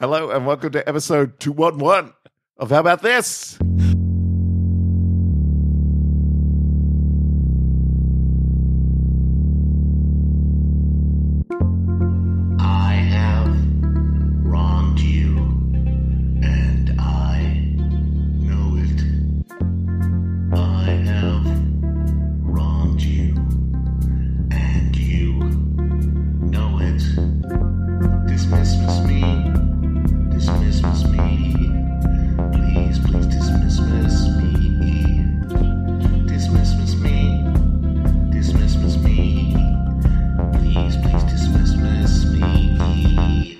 Hello and welcome to episode 211 of How About This? I have wronged you, and I know it. I have wronged you, and you know it. Dismiss me, dismiss me. Please, please dismiss me. Dismiss me, dismiss me. Please, please dismiss me.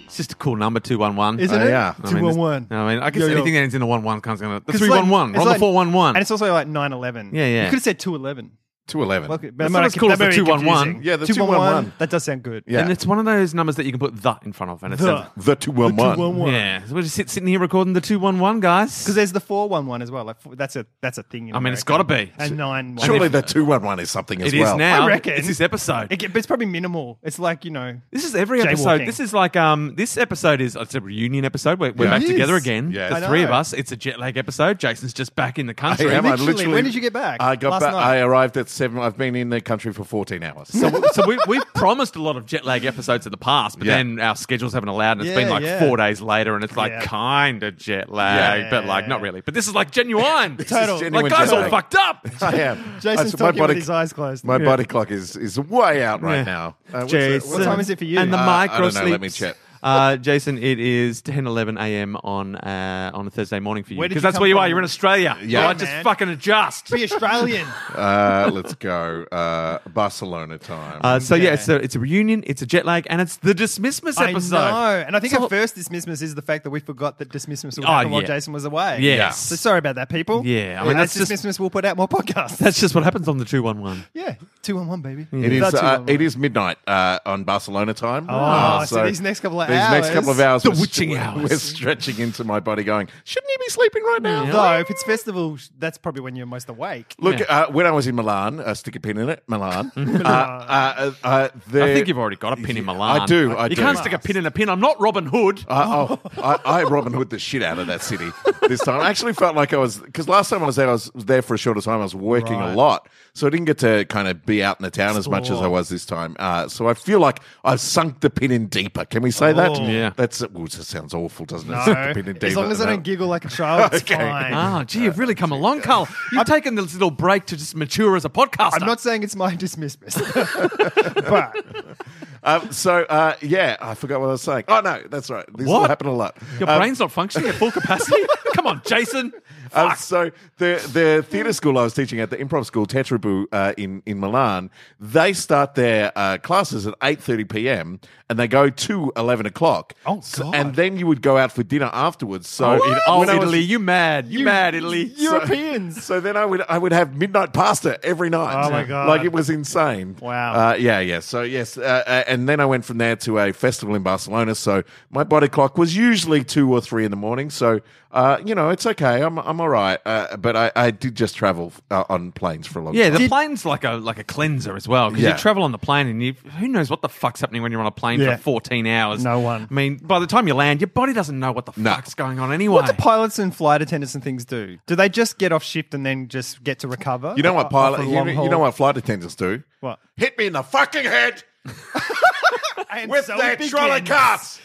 It's just a cool number, 211. Isn't Oh, it? yeah. I mean, Two one one. it's- I mean, I guess Yo, yo. anything that ends in a 1 1 comes going to. The It's 3 like- 1 1. We're it's on the like- 4 1 1. And it's also like 9-11. Yeah, yeah. You could have said two eleven. 211. That's not as cool as the 211. Yeah, the 211. That does sound good. Yeah. And it's one of those numbers that you can put the in front of. And it's The. a- the 211. Yeah. So we're just sit, sitting here recording the 2 1 1, guys. Because there's the four one one as well. Like four, that's a that's a thing. In I mean, it's America. gotta be. And nine one. Surely the 211 is something as It is well. now. I reckon. It's this episode. It, but it's probably minimal. It's like you know. This is every episode. Jaywalking. This is like um. This episode is it's a reunion episode. We're, we're Yeah. back It together is. again. Yeah. the I three know. of us. It's a jet lag episode. Jason's just back in the country. I am. I Literally, literally- when did you get back? I got Last back. night. uh, I arrived at 7. I've been in the country for 14 hours. so, we- so we, we've promised a lot of jet lag episodes in the past, but Yeah. then our schedules haven't allowed, and it's Yeah, been like yeah. four days later, and it's like Yeah. kind of jet lag, Yeah. but like not really. But this is like genuine. Total. It's genuine like guys jet all lag. fucked up. I am. Jason's That's- talking my body, with his eyes closed. My Yeah. body clock is, is way out right Yeah. now. Uh, what's the- Jason, what time is it for you? And the Uh, I don't micro know. sleeps. Let me check. Uh, Jason, it is 10, 11 a.m. on uh, on a Thursday morning for you Where did because you that's come where you are. from? You're in Australia. Yeah. So I Yeah, just man. fucking adjust. Be Australian. Uh, let's go. Uh, Barcelona time. Uh, so yeah, Yeah. it's a it's a reunion, it's a jet lag, and it's the dismissmas I episode. know. And I think So- our first dismissmas is the fact that we forgot that dismissmas will Oh, happen while yeah. Jason was away. Yes. So sorry about that, people. Yeah, I mean, As that's just- dismissmas. We'll put out more podcasts. That's just what happens on the two one one. yeah. Two on one, baby. It is. That's Uh, 211. it is midnight uh, on Barcelona time. Oh, so these next couple of these next hours- couple of hours, The we're witching st- hours. We're stretching into my body, going, shouldn't he be sleeping right now? Though, if it's festival, sh- that's probably when you're most awake. Look, uh, when I was in Milan, uh, stick a pin in it, Milan. uh, uh, uh, uh, the- I think you've already got a pin in Milan. I do, I you do. can't stick a pin in a pin. I'm not Robin Hood. I, oh, I, I Robin Hood the shit out of that city this time. I actually felt like I was because last time I was there, I was there for a shorter time. I was working a Right. lot, so I didn't get to kind of be out in the town as much as I Explore. was this time. Uh, so I feel like I've sunk the pin in deeper. Can we say that? Oh. Yeah. that's well, it sounds awful, doesn't it? No. Sunk the pin in As deeper. long as I No. don't giggle like a child, it's Okay. fine. Ah, gee, you've really come along, Carl. You've taken this little break to just mature as a podcaster. I'm not saying it's my dismissmas, but Um, so uh, yeah, I forgot what I was saying. Oh no, that's right. This will What? happen a lot. Your Um, brain's not functioning at full capacity. Come on, Jason. Um, so the the theatre school I was teaching at, the improv school Tetrabu uh, in in Milan, they start their uh, classes at eight thirty p.m. and they go to eleven o'clock. Oh, So- God. and then you would go out for dinner afterwards. So Oh, in- it- oh, when I was- Italy, you mad? You, mad, Italy? Europeans. So then I would I would have midnight pasta every night. Oh, my God. Like it was insane. Wow. Uh, yeah, yeah. So yes, uh, uh, and then I went from there to a festival in Barcelona. So my body clock was usually two or three in the morning. So uh, you know it's okay. I'm I'm all right. Uh, but I, I did just travel uh, on planes for a long Yeah, time. the plane's like a like a cleanser as well because Yeah. you travel on the plane and you who knows what the fuck's happening when you're on a plane Yeah. for 14 hours. No one. I mean, by the time you land, your body doesn't know what the No. fuck's going on anyway. what do pilots and flight attendants and things do? Do they just get off shift and then just get to recover? You know what After pilot? Uh, a You, long know- haul? you know what flight attendants do? What? Hit me in the fucking head And with so their it begins. trolley cars.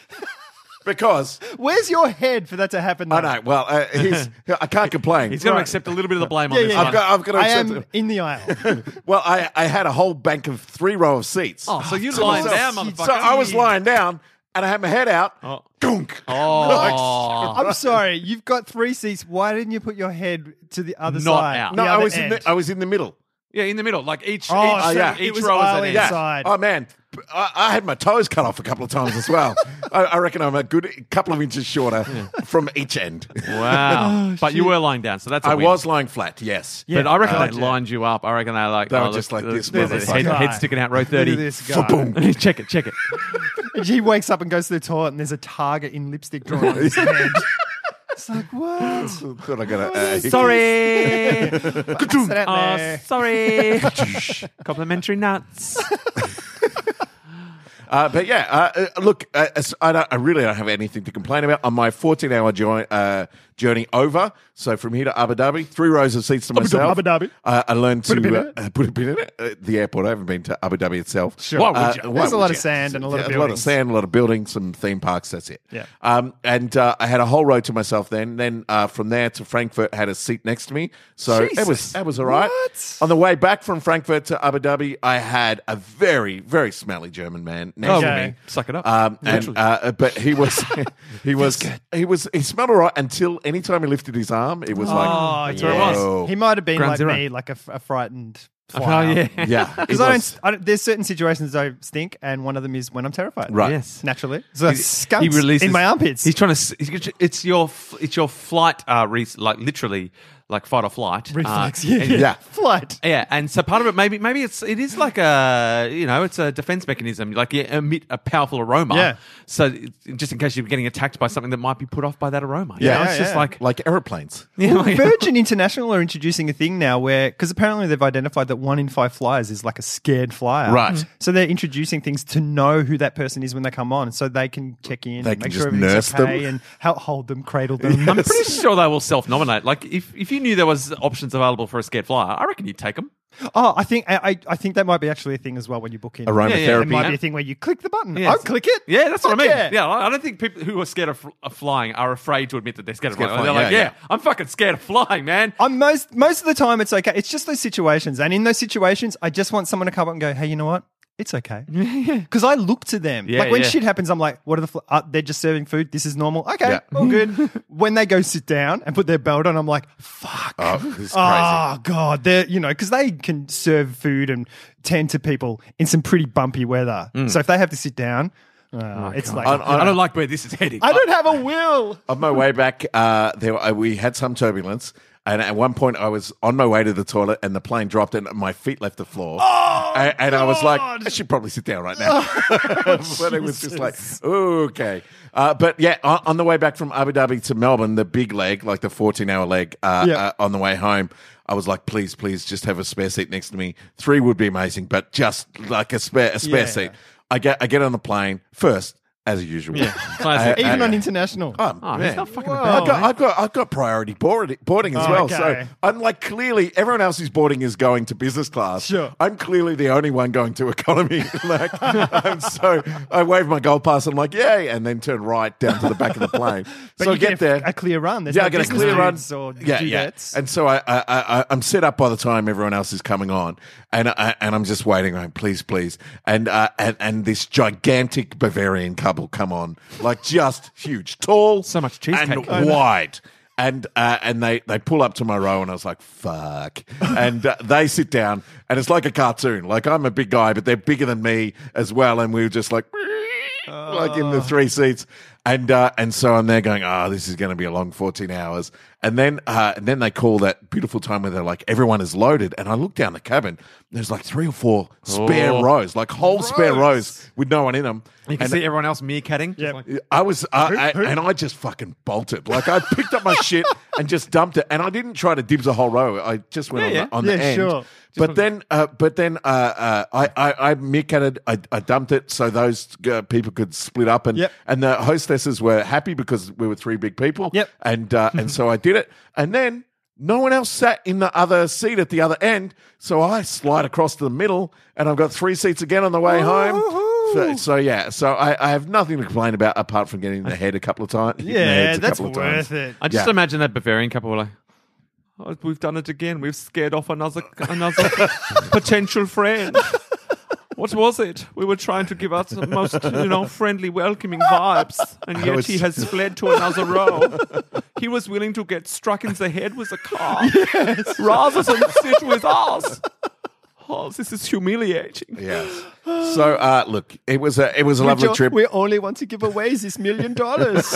Because Where's your head for that to happen? I though? know. Well, uh, he's, I can't complain. He's going to Right. accept a little bit of the blame Yeah, on this yeah. one. I've got. I've got to I accept am in the aisle. Well, I, I had a whole bank of three row of seats. Oh, so you To lying myself. down, motherfucker. So I was lying down and I had my head out. Oh. Dunk. Ah. Oh. I'm sorry, you've got three seats. Why didn't you put your head to the other Not side? out. no, the I other was in end? the I was in the middle. Yeah, in the middle, like each Oh, each, so yeah. each it was row is aisle an Yeah. end. Inside. Oh man, I, I had my toes cut off a couple of times as well. I, I reckon I'm a good couple of inches shorter from each end. Oh, Wow, but you were lying down, so that's a I win. was lying flat. Yes. But Yeah. I reckon they Gotcha. lined you up. I reckon they like They were oh, just look, like this There's his head, motherfucker. head sticking out row thirty. Look at this guy. Fa-boom. check it, check it. He wakes up and goes to the toilet, and there's a target in lipstick drawn on his head. It's like what? Thought I uh, got a, a hickey. Sorry, Sit out oh, there. sorry. Complimentary nuts. Uh, but yeah, uh, uh, look, uh, as- I, don't, I really don't have anything to complain about on my 14 hour joy, uh, journey over. So from here to Abu Dhabi, three rows of seats to myself. Abu Dhabi. Uh, I learned to Put a pin in uh, put a pin in it at the airport. I haven't been to Abu Dhabi itself. Sure. Why would Uh, you? why There's a would lot of you? sand and a lot of Yeah, A lot of buildings. sand, a lot of buildings, some theme parks. That's it. Yeah. Um, and uh, I had a whole row to myself then. Then uh, from there to Frankfurt, had a seat next to me. So it was Jesus. that was all right. What? On the way back from Frankfurt to Abu Dhabi, I had a very very smelly German man next Oh, to Okay. me. suck it up. Um, and, Literally. uh, but he was, he was, he was, he smelled all right until anytime he lifted his arm, it was Oh, like, yes. where it was. whoa. He might have been Ground like zero. me, like a, f- a frightened oh, flyer. yeah. yeah, it Because I was- don't, I don't, there's certain situations I stink, and one of them is when I'm terrified. Right. Yes. Naturally. So scum he releases in my armpits. He's trying to. s- he's- It's your. f- It's your flight. Uh, re- like literally, like fight or flight uh, Reflex. yeah. and- Yeah. Flight. Yeah, and so part of it maybe maybe it's it is like a you know it's a defense mechanism like you emit a powerful aroma. Yeah. So it- just in case you're getting attacked by something that might be put off by that aroma. You Yeah. know, Yeah, it's just yeah. like like aeroplanes. yeah, like- Virgin International are introducing a thing now where, because apparently they've identified that one in five flyers is like a scared flyer. Right. Mm. Mhm. So they're introducing things to know who that person is when they come on so they can check in, They and can make just sure everything's nurse them. okay, and help hold them, cradle them. I'm pretty sure they will self nominate. Like if, if you knew there was options available for a scared flyer, I reckon you'd take them. Oh, I think I, I, I think that might be actually a thing as well when you book in. Aromatherapy. Yeah, yeah, It might Yeah. be a thing where you click the button. Yes. I'll click it. Yeah, that's what I Fuck mean. yeah. Yeah. I I don't think people who are scared of, fl- of flying are afraid to admit that they're scared, Scared of of flying. flying, They're yeah, like, yeah, I'm fucking scared of flying, man. I'm most most of the time it's okay. It's just those situations, and in those situations, I just want someone to come up and go, "Hey, you know what? It's okay." Because I look to them. Yeah, like when yeah. shit happens, I'm like, "What are the? Fl- uh, they're just serving food. This is normal. Okay, Yeah. all good." when they go sit down and put their belt on, I'm like, "Fuck." Oh, this is crazy. Oh god, they're you know because they can serve food and tend to people in some pretty bumpy weather. Mm. So if they have to sit down, uh, Oh, it's like On- on- I don't like where this is heading. I don't have a will. on my way back, uh, there uh, we had some turbulence, and at one point I was on my way to the toilet, and the plane dropped, and my feet left the floor, oh, and, I was like, I should probably sit down right now. but it was just like, okay. Uh, but yeah, on, on the way back from Abu Dhabi to Melbourne, the big leg, like the fourteen-hour leg, uh, Yeah. uh, on the way home. I was like, please, please, just have a spare seat next to me. Three would be amazing, but just like a spare, a spare Yeah. seat. I get, I get on the plane first, as usual. Classic. I- I- Even on international. Oh, Oh, man. he's not fucking Whoa. about, I've got, I've got, I've got priority board, boarding as Oh, well. okay. So I'm like clearly everyone else who's boarding is going to business class. Sure. I'm clearly the only one going to economy. like, I'm so I wave my gold pass. I'm like, yay, and then turn right down to the back of the plane. But so you I get, get a- there, a clear run. There's yeah, no I get a business clear run. dudes or yeah, yeah. dudettes. And so I, I, I, I'm set up by the time everyone else is coming on, and I, and I'm just waiting. Going, please, please, and uh, and and this gigantic Bavarian couple come on, like just huge, tall, So much cheesecake. and I know. wide. And uh, and they, they pull up to my row and I was like fuck and uh, they sit down and it's like a cartoon like I'm a big guy but they're bigger than me as well and we were just like like in the three seats. And uh, and so I'm there going, oh, this is going to be a long 14 hours. And then uh, and then they call that beautiful time where they're like, everyone is loaded. And I look down the cabin, there's like three or four spare Oh. rows, like whole spare rows with no one in them. You can And see everyone else meerkatting. Yep. Just like- I was, uh, I, and I just fucking bolted. Like I picked up my shit and just dumped it, and I didn't try to dibs a whole row. I just went Yeah, on, the, yeah. on the Yeah, end. sure. But then, uh, but then, uh, uh, I, I, I meerkatted, I, I dumped it so those uh, people could split up, and Yep. and the hostesses were happy because we were three big people. Yep. And uh, and so I did it, and then. No one else sat in the other seat at the other end, so I slide across to the middle, and I've got three seats again on the way home. So, so yeah, so I, I have nothing to complain about apart from getting the head a couple of times. yeah, that's worth it. I just Yeah. imagine that Bavarian couple were like, oh, "We've done it again. We've scared off another another potential friend." What was it? We were trying to give out the most, you know, friendly, welcoming vibes, and yet was- he has fled to another row. He was willing to get struck in the head with a car rather than sit with us. Oh, this is humiliating. Yes. So uh, look, it was a it was a We lovely jo- trip. We only want to give away this million dollars.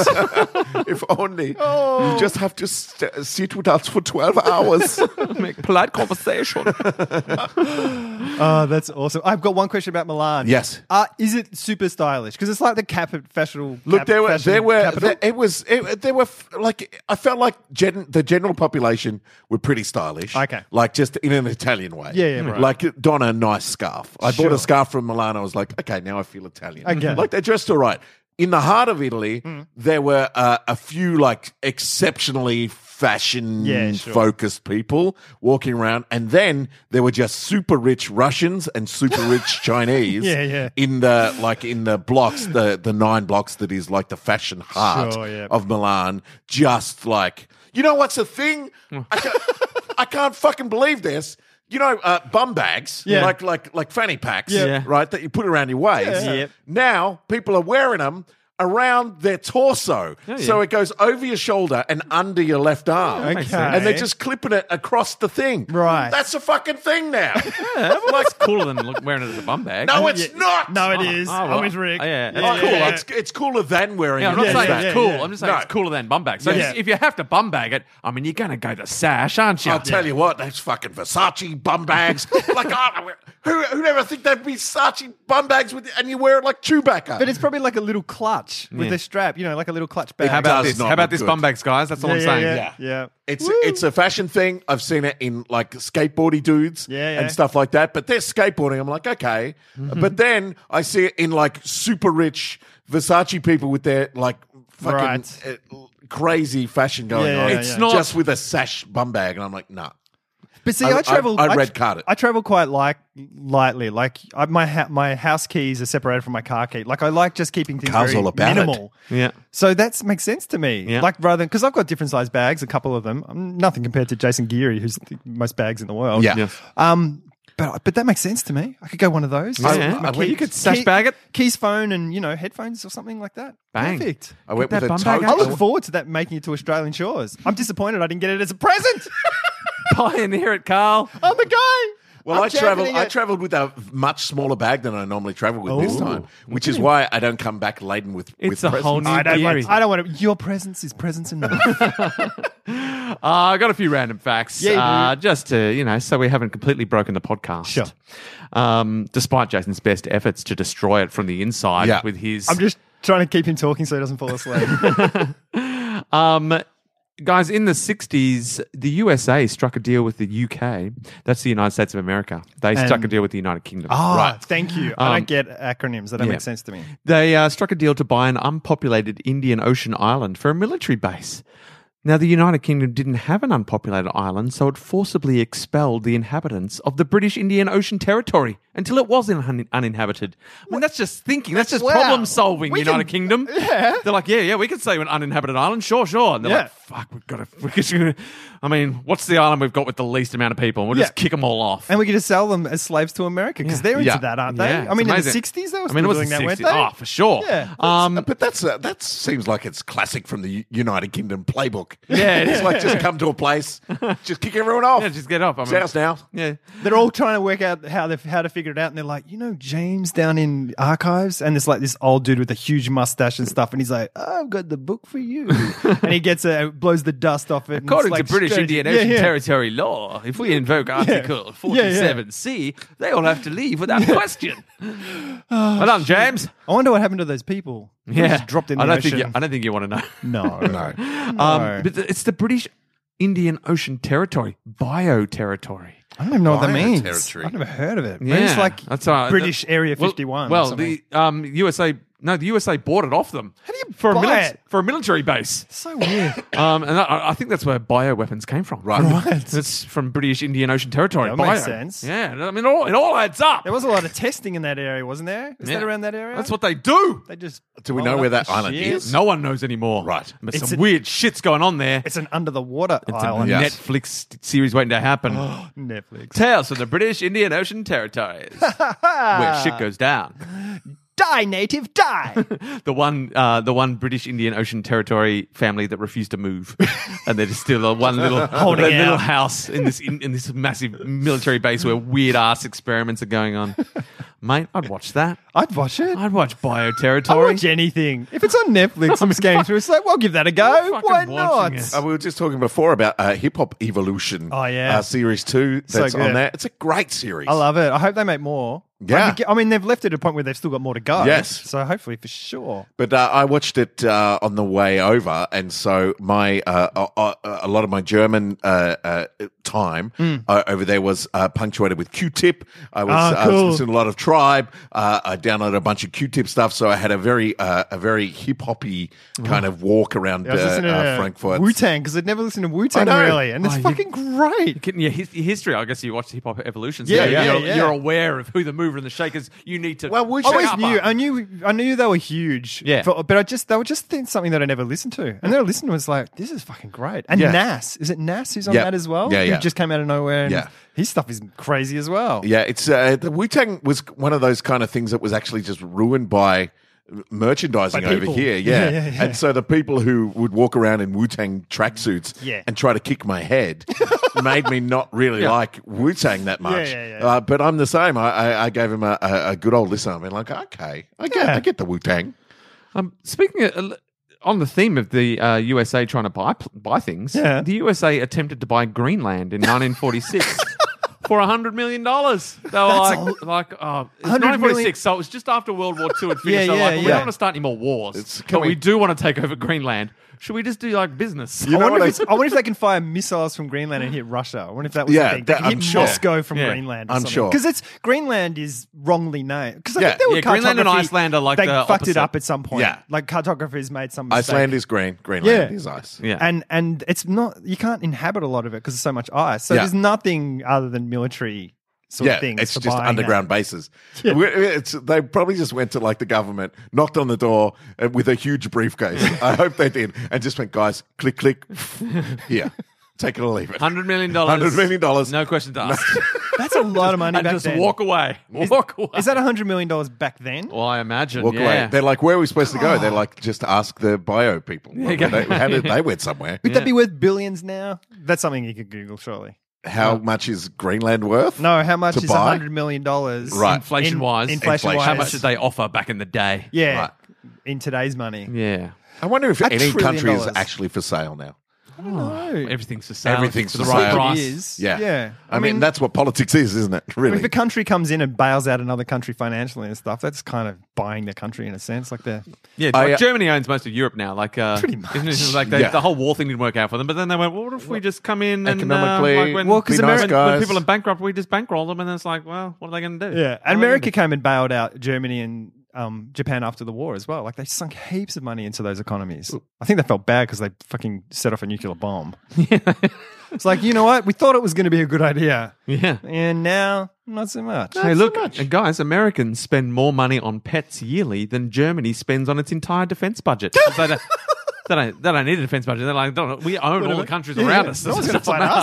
if only Oh. you just have to st- sit with us for twelve hours. Make polite conversation. oh, that's awesome. I've got one question about Milan. Yes. Uh, is it super stylish? Because it's like the cap fashionable. Look, cap- there were fashion there were capital. there- it was it, there were f- like I felt like gen, the general population were pretty stylish. Okay. like just in an Italian way. Yeah, yeah, right. like don a nice scarf. I bought Sure. a scarf from in Milan, I was like, okay, now I feel Italian. I get it. Like they dressed all right. In the heart of Italy, Mm. there were uh, a few like exceptionally fashion Yeah, sure. focused people walking around, and then there were just super rich Russians and super rich Chinese. Yeah, yeah. In the like in the blocks, the the nine blocks that is like the fashion heart Sure, yeah. of Milan, just like you know what's the thing? I can't, I can't fucking believe this. You know, uh, bum bags, Yeah. like like like fanny packs, Yeah. right? That you put around your waist. Yeah. Yep. Now people are wearing them around their torso, so it goes over your shoulder and under your left arm. Okay. makes sense. and they're just clipping it across the thing. Right. that's a fucking thing now. That's cooler than look- wearing it as a bum bag. no, it's not. No, it Oh, is. oh, well, I'm with Rick. oh, yeah, it's yeah, cool. yeah. It's, it's cooler than wearing. Yeah, it I'm not as Yeah, saying that. yeah, it's cool. yeah. I'm just saying No. it's cooler than bum bag. So Yeah. if you have to bum bag it, I mean, you're going to go to sash, aren't you? I'll tell you what, those fucking Versace bum bags. like, oh, who, who'd ever think there'd be Versace bum bags with, and you wear it like Chewbacca? But it's probably like a little clutch with Yeah. a strap, you know, like a little clutch bag. How about does this? not How about look this good. bum bags, guys? That's all yeah, I'm yeah, saying. Yeah, Yeah. yeah. It's it's a fashion thing. I've seen it in like skateboardy dudes Yeah, Mm-hmm. yeah. and stuff like that. But they're skateboarding. I'm like, okay. But then I see it in like super rich Versace people with their like fucking Right. uh, crazy fashion going Yeah, on. yeah, it's yeah. not It's just with a sash bum bag, and I'm like, nah. But see, I- I, travel. I- I tr- red card it. I travel quite like lightly. Like I, my ha- my house keys are separated from my car key. Like I like just keeping things Car's very all about it. minimal. Yeah. So that makes sense to me. Yeah. Like rather than because I've got different size bags, a couple of them. I'm nothing compared to Jason Geary, who's the most bags in the world. Yeah. Yes. Um. But but that makes sense to me. I could go one of those. I- Yeah, I well, went- you could sash bag it. keys, phone, and you know headphones or something like that. Bang. Perfect. I went Get with that a bum bag tote. Oh, I out. look forward to that making it to Australian shores. I'm disappointed I didn't get it as a present. Pioneer it, Carl. I'm the guy. Well, I'm i travel. championing I it. traveled with a much smaller bag than I normally travel with this Ooh. time, which is why I don't come back laden with. with It's a whole presents. new I don't, theory. want, I don't want to. Your presence is presence enough. Uh, I got a few random facts. Yeah, you do. uh, just to you know, so we haven't completely broken the podcast. Sure. Um, despite Jason's best efforts to destroy it from the inside Yeah. with his I'm just trying to keep him talking so he doesn't fall asleep. Um, guys, in the 60s, the USA struck a deal with the UK. That's the United States of America. They struck a deal with the United Kingdom. Ah, Right. Thank you. I don't get acronyms. They don't Um, yeah. make sense to me. They uh, struck a deal to buy an unpopulated Indian Ocean island for a military base. Now, the United Kingdom didn't have an unpopulated island, so it forcibly expelled the inhabitants of the British Indian Ocean Territory until it was un- uninhabited. I mean, that's just thinking. That's just Wow. problem solving, We United can- Kingdom. Yeah. They're like, yeah, yeah, we could say an uninhabited island. Sure, sure. And they're Yeah. like, fuck, we've got to. We're just gonna, I mean, what's the island we've got with the least amount of people? And we'll just Yeah. kick them all off. And we could just sell them as slaves to America because they're into Yeah. that, aren't they? Yeah, I mean, it's in the amazing. 60s, they were I still mean, it was doing the that, 60s. weren't they? Oh, for sure. Yeah. Um, but that's uh, that seems like it's classic from the U- United Kingdom playbook. Yeah, it it's is. like just come to a place, just kick everyone off. yeah, just get off. I mean, It's ours now. Yeah. They're all trying to work out how they how to figure it out, and they're like, you know, James down in archives, and there's like this old dude with a huge mustache and stuff, and he's like, I've got the book for you, and he gets a blows the dust off it. and it's According like to British strategy. Indian Ocean Yeah, yeah. Territory law, if we invoke Article Yeah, yeah. 47C, they all have to leave without question. Well done, James. I wonder what happened to those people. They just dropped in the I don't ocean. Think you, I don't think you want to know. no, No, Um, but th- it's the British Indian Ocean Territory, bio territory. I don't even know what that Bio means. territory. I've never heard of it. Maybe Yeah, it's like that's all right. British The- Area well- 51. or Well, something. the um, USA, no, the USA bought it off them. How do you for buy a mili- it? for a military base? so weird. Um, and I, I think that's where bioweapons came from. Right. Right. That's from British Indian Ocean Territory. That makes Bio. sense. Yeah. I mean, it all, it all adds up. There was a lot of testing in that area, wasn't there? Is Yeah. that around that area? That's what they do. they just. Do we roll know where up that the island shit. is? No one knows anymore. Right. But It's some a- weird shit's going on there. It's an under the water It's a island. Yeah. Yes. Netflix series waiting to happen. Netflix. Tales from the British Indian Ocean Territories, where shit goes down. Die, native, die. The one, uh, the one British Indian Ocean Territory family that refused to move, and they're just still a one little Holding their little out. house in this in, in this massive military base where weird ass experiments are going on. Mate, I'd watch that. I'd watch it. I'd watch Bio I'd Territory. watch anything. If it's on Netflix, I'm scanning through. It's like, well, give that a go. fucking Why watching not? it. Uh, we were just talking before about uh, Hip Hop Evolution. Oh, yeah. uh, series two So that's on good. there. It's a great series. I love it. I hope they make more. Yeah. I mean, they've left it at a point where they've still got more to go. Yes. So hopefully, for sure. But uh, I watched it uh, on the way over, and so my uh, uh, uh, a lot of my German uh, uh, time uh, over there was uh, punctuated with Q-tip. I was, Hmm. Ah, I was cool. listening to a lot of Tribe. Uh, I downloaded a bunch of Q-tip stuff, so I had a very uh, a very hip hoppy kind of walk around Mm-hmm. I uh, was listening to uh, Frankfurt. Wu Tang because I'd never listened to Wu Tang know. really, and it's Oh, you- fucking great. Getting your, his- your history, I guess you watch Hip Hop Evolution. So Yeah, you're, yeah, you're, yeah. you're aware of who the mover and the shakers. You need to. Well, Wu I Tang- always Shut up, knew. Mark. I knew. I knew they were huge. Yeah. For- but I just they were just think something that I never listened to, and then I listened to it, was like, this is fucking great. And Yeah. Nas, is it Nas who's on Yeah. that as well? Yeah, yeah. Who just came out of nowhere. And Yeah. His stuff is crazy as well. Yeah, it's uh, the Wu Tang was one of those kind of things that was actually just ruined by merchandising By over people. here. Yeah. Yeah, yeah, yeah. and so the people who would walk around in Wu Tang tracksuits Yeah. and try to kick my head made me not really like Wu Tang that much. yeah, yeah. Uh, but I'm the same. I, I, I gave him a, a, a good old listen. I've been like, okay, I get, Yeah. I get the Wu Tang. Um, speaking of, on the theme of the uh, USA trying to buy pl- buy things, Yeah. the USA attempted to buy Greenland in 1946 for 100 million dollars. They were like, like oh, it's 100 million 1946, so it was just after World War II had finished. They're Yeah, yeah, like, well, we yeah. don't want to start any more wars, It's- can but we, we- do want to take over Greenland. Should we just do like business? You I know wonder, what if I- it's- I wonder if they can fire missiles from Greenland and hit Russia. I wonder if that was Yeah, the thing. They that- can hit I'm sure. Moscow from Yeah. Greenland. Or I'm sure. because it's Greenland is wrongly named. Because I Yeah. think there were Yeah, Greenland and cartography- Iceland are like they the fucked opposite. it up at some point. Yeah. like cartographers made some mistake. Iceland is green, Greenland Yeah. is ice. Yeah. and and it's not you can't inhabit a lot of it because there's so much ice. So Yeah. there's nothing other than military sort of things. It's for just buying underground bases. We- It's, they probably just went to like the government, knocked on the door uh, with a huge briefcase. I hope they did, and just went, guys, click, click, here, take it or leave it. 100 million dollars. $100 million. No questions asked. that. That's a lot of money and back just then. walk away. Walk away. Is that hundred million dollars back then? Well, I imagine. Walk yeah. away. They're like, where are we supposed to go? They're like, just ask the bio people. you Like, go. they, how did they went somewhere? Would that be worth billions now? That's something you could Google, surely. How much is Greenland worth? No, how much To is buy? hundred million dollars? Right. Inflation wise, inflation wise, how much did they offer back in the day? Yeah, Right. in today's money. Yeah. I wonder if A any trillion country is dollars. actually for sale now. No. Everything's for sale. Everything's for the for right sale. price. Oh. It is. Yeah. Yeah. I, mean, that's what politics is, isn't it? Really? if a country comes in and bails out another country financially and stuff, that's kind of buying the country in a sense. Like they're Yeah, I, like uh, Germany owns most of Europe now. Like, uh, Pretty much. isn't it like they, Yeah. the whole war thing didn't work out for them. But then they went, well, what if we just come in and uh, Economically, like when, Well, 'cause when- Ameri- when guys- people are bankrupt, we just bankroll them, and then it's like, well, what are they going to do? Yeah, What are and they America gonna came and bailed out Germany and um, Japan after the war as well. Like they sunk heaps of money into those economies. I think they felt bad because they fucking set off a nuclear bomb. it's like you know what? We thought it was going to be a good idea, do? yeah. and now not so much. Hey, look, and guys, Americans spend more money on pets yearly than Germany spends on its entire defense budget. they, don't, they, don't, they don't need a defense budget. They're like, don't, we own all the countries Yeah, around yeah. us. No one's It going to doesn't fight matter.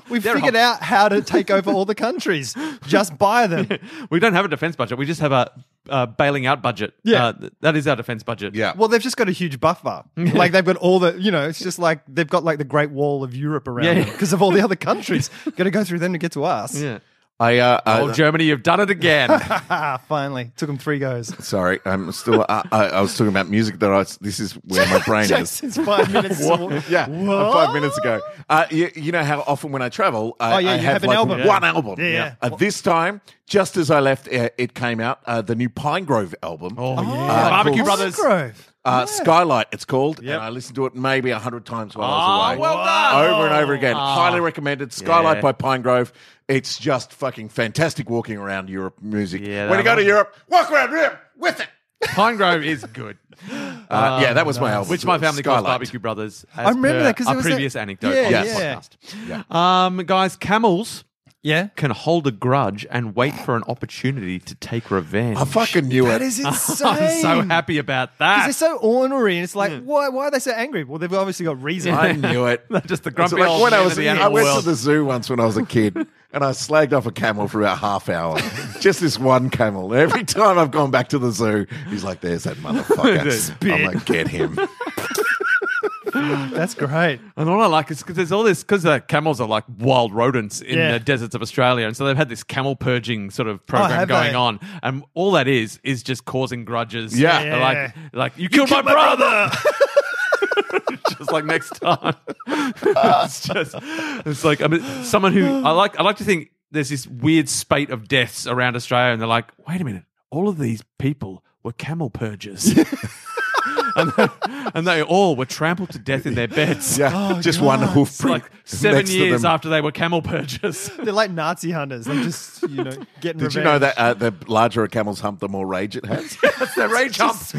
us. We They're figured out how to take over all the countries. Just buy them. We don't have a defense budget. We just have a uh, bailing out budget. Yeah. Uh, th- that is our defense budget. yeah. Well, they've just got a huge buffer. like they've got all the, you know, it's just like they've got like the Great Wall of Europe around Yeah. because of all the other countries. got to go through them to get to us. Yeah. I, uh, I- Oh, Germany, you've done it again. Ah, finally. Took him three goes. Sorry, I'm still. I, I, I was talking about music that I. was- This is where my brain is. Jason's five minutes. to- Yeah, What? five minutes ago. Uh, you, you know how often when I travel, I, Oh, yeah, I you have an like album. one Yeah. album. Yeah, yeah. Uh, this time, just as I left, uh, it came out uh, the new Pine Grove album. Oh, yeah. Uh, Barbecue called- Brothers. Grove. Uh, Skylight, it's called, Yep. and I listened to it maybe a hundred times while Ah, I was away. well done. Over and over again. Ah. Highly recommended. Skylight Yeah. by Pine Grove. It's just fucking fantastic walking around Europe music. Yeah, when that you go to one. Europe, walk around Europe with it. Pine Grove is good. Uh, yeah, that was my album. Um, Which my family calls Skylight. Barbecue Brothers. As I remember per that 'cause our there was that- previous anecdote Yeah, on this yeah. podcast. Um, guys, camels Yeah. can hold a grudge and wait for an opportunity to take revenge. I fucking knew it. That is insane. I'm so happy about that. Because they're so ornery and it's like, why, why are they so angry? Well, they've obviously got reason. I knew it. Just the It's grumpy like old when man I of was, the I animal went world. to the zoo once when I was a kid, and I slagged off a camel for about half hour. Just this one camel. Every time I've gone back to the zoo, he's like, "There's that motherfucker." I'm like, "Get him!" Oh, That's great. And all I like is because there's all this because uh, camels are like wild rodents in Yeah. the deserts of Australia, and so they've had this camel purging sort of program have going they? on, and all that is is just causing grudges. Yeah. They're like Yeah. like you, killed, my, brother. just like next time, it's just it's like I mean, someone who I like. I like to think there's this weird spate of deaths around Australia, and they're like, wait a minute, all of these people were camel purgers. and, they, and they all were trampled to death in their beds. Yeah, just one God. hoof It's print like seven next to years them. after they were camel purgers. They're like Nazi hunters. They're just, you know, getting Did you know that uh, the larger a camel's hump, the more rage it has? That's their rage hump. It's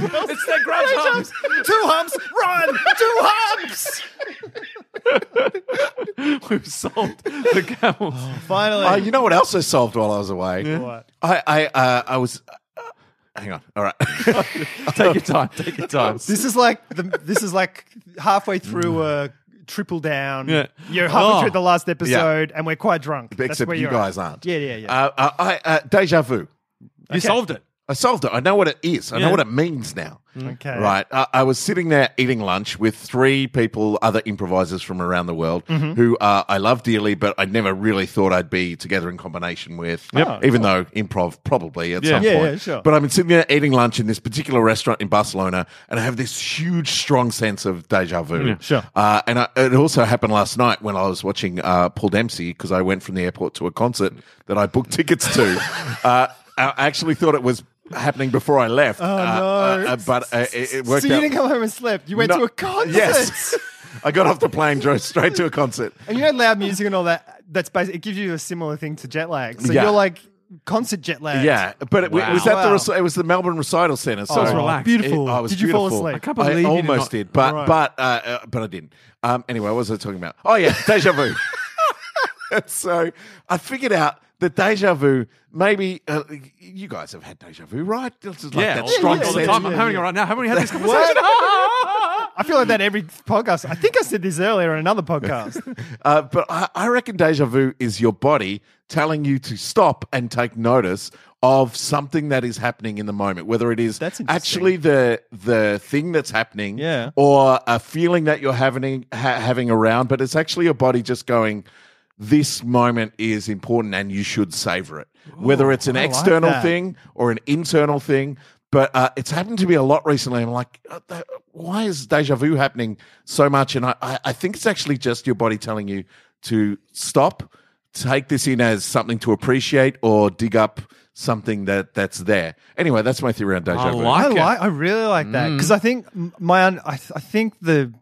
their grudge hump. Two humps, run! Two humps! We've solved the camels. Finally. Uh, you know what else I solved while I was away? What? I I uh, I was. Uh, hang on. All right. Take your time. Take your time. This is like the, this is like halfway through a triple down. Yeah. You're halfway Oh. through the last episode and we're quite drunk. That's Except where you you're at. guys aren't. Yeah, yeah, yeah. Uh, uh, I uh, deja vu. You solved it. I solved it. I know what it is. I know Yeah. what it means now. Mm. okay. Right. I, I was sitting there eating lunch with three people, other improvisers from around the world, Mm-hmm. who uh, I love dearly, but I never really thought I'd be together in combination with. even though improv probably at Yeah. some Yeah, point. yeah, sure. But I've been sitting there eating lunch in this particular restaurant in Barcelona, and I have this huge, strong sense of deja vu. Sure. Uh, and I, it also happened last night when I was watching uh, Paul Dempsey because I went from the airport to a concert that I booked tickets to. uh, I actually thought it was happening before I left. Oh, no. but uh, it, it worked so you out. didn't come home and slept. You went No- to a concert. Yes. I got off the plane, drove straight to a concert. And you know, loud music and all that. That's basically it gives you a similar thing to jet lag. So Yeah. you're like concert jet lag. Yeah, but it, it was at the Wow. reci- it was the Melbourne Recital Centre. So Oh, was relaxed. Beautiful. It- I was Did you beautiful. fall asleep? I can't believe you did almost not- did, but Right. but uh, uh, but I didn't. Um, anyway, what was I talking about? Oh yeah, deja vu. so I figured out that deja vu. Maybe uh, you guys have had deja vu, right? This is like yeah, that all- strong all the sense- time. I'm yeah, having yeah. it right now. Haven't we had this What? conversation? I feel like that every podcast. I think I said this earlier on another podcast. Uh, but I, I reckon deja vu is your body telling you to stop and take notice of something that is happening in the moment, whether it is That's interesting. actually the the thing that's happening, Yeah. or a feeling that you're having ha- having around. But it's actually your body just going. This moment is important, and you should savor it. Whether it's an I like external that. thing or an internal thing, but uh, it's happened to me a lot recently. I'm like, uh, th- why is deja vu happening so much? And I, I, I think it's actually just your body telling you to stop, take this in as something to appreciate, or dig up something that that's there. Anyway, that's my theory on deja I vu. like I it. like. I really like Mm. that because I think m- my. Un- I, th- I think the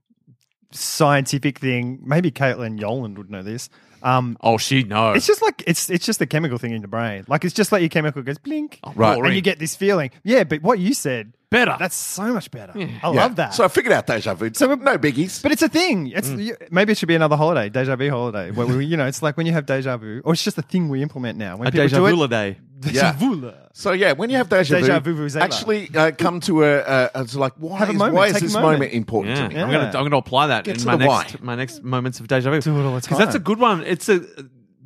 scientific thing. Maybe Caitlin Yoland would know this. Um, Oh, she knows. it's just like it's it's just a chemical thing in your brain. Like it's just like your chemical goes blink, Right. and you get this feeling. Yeah, but what you said, Oh, better. that's so much better. I Yeah. love that. So I figured out deja vu. So So- no biggies. But it's a thing. It's Mm. you- maybe it should be another holiday, deja vu holiday. Where we, you know, it's like when you have deja vu, or it's just a thing we implement now. When a people deja do vu it, day. Yeah. deja vu. So yeah, when you have deja, Deja vu, vu vuvuzela. actually uh, come to a, a, a it's like why Have a is, moment. why is Take a this moment. moment important Yeah. to me? I'm gonna I'm gonna apply that Get in to my the next why. my next moments of deja vu. Do it all the 'Cause that's a time. good one. It's a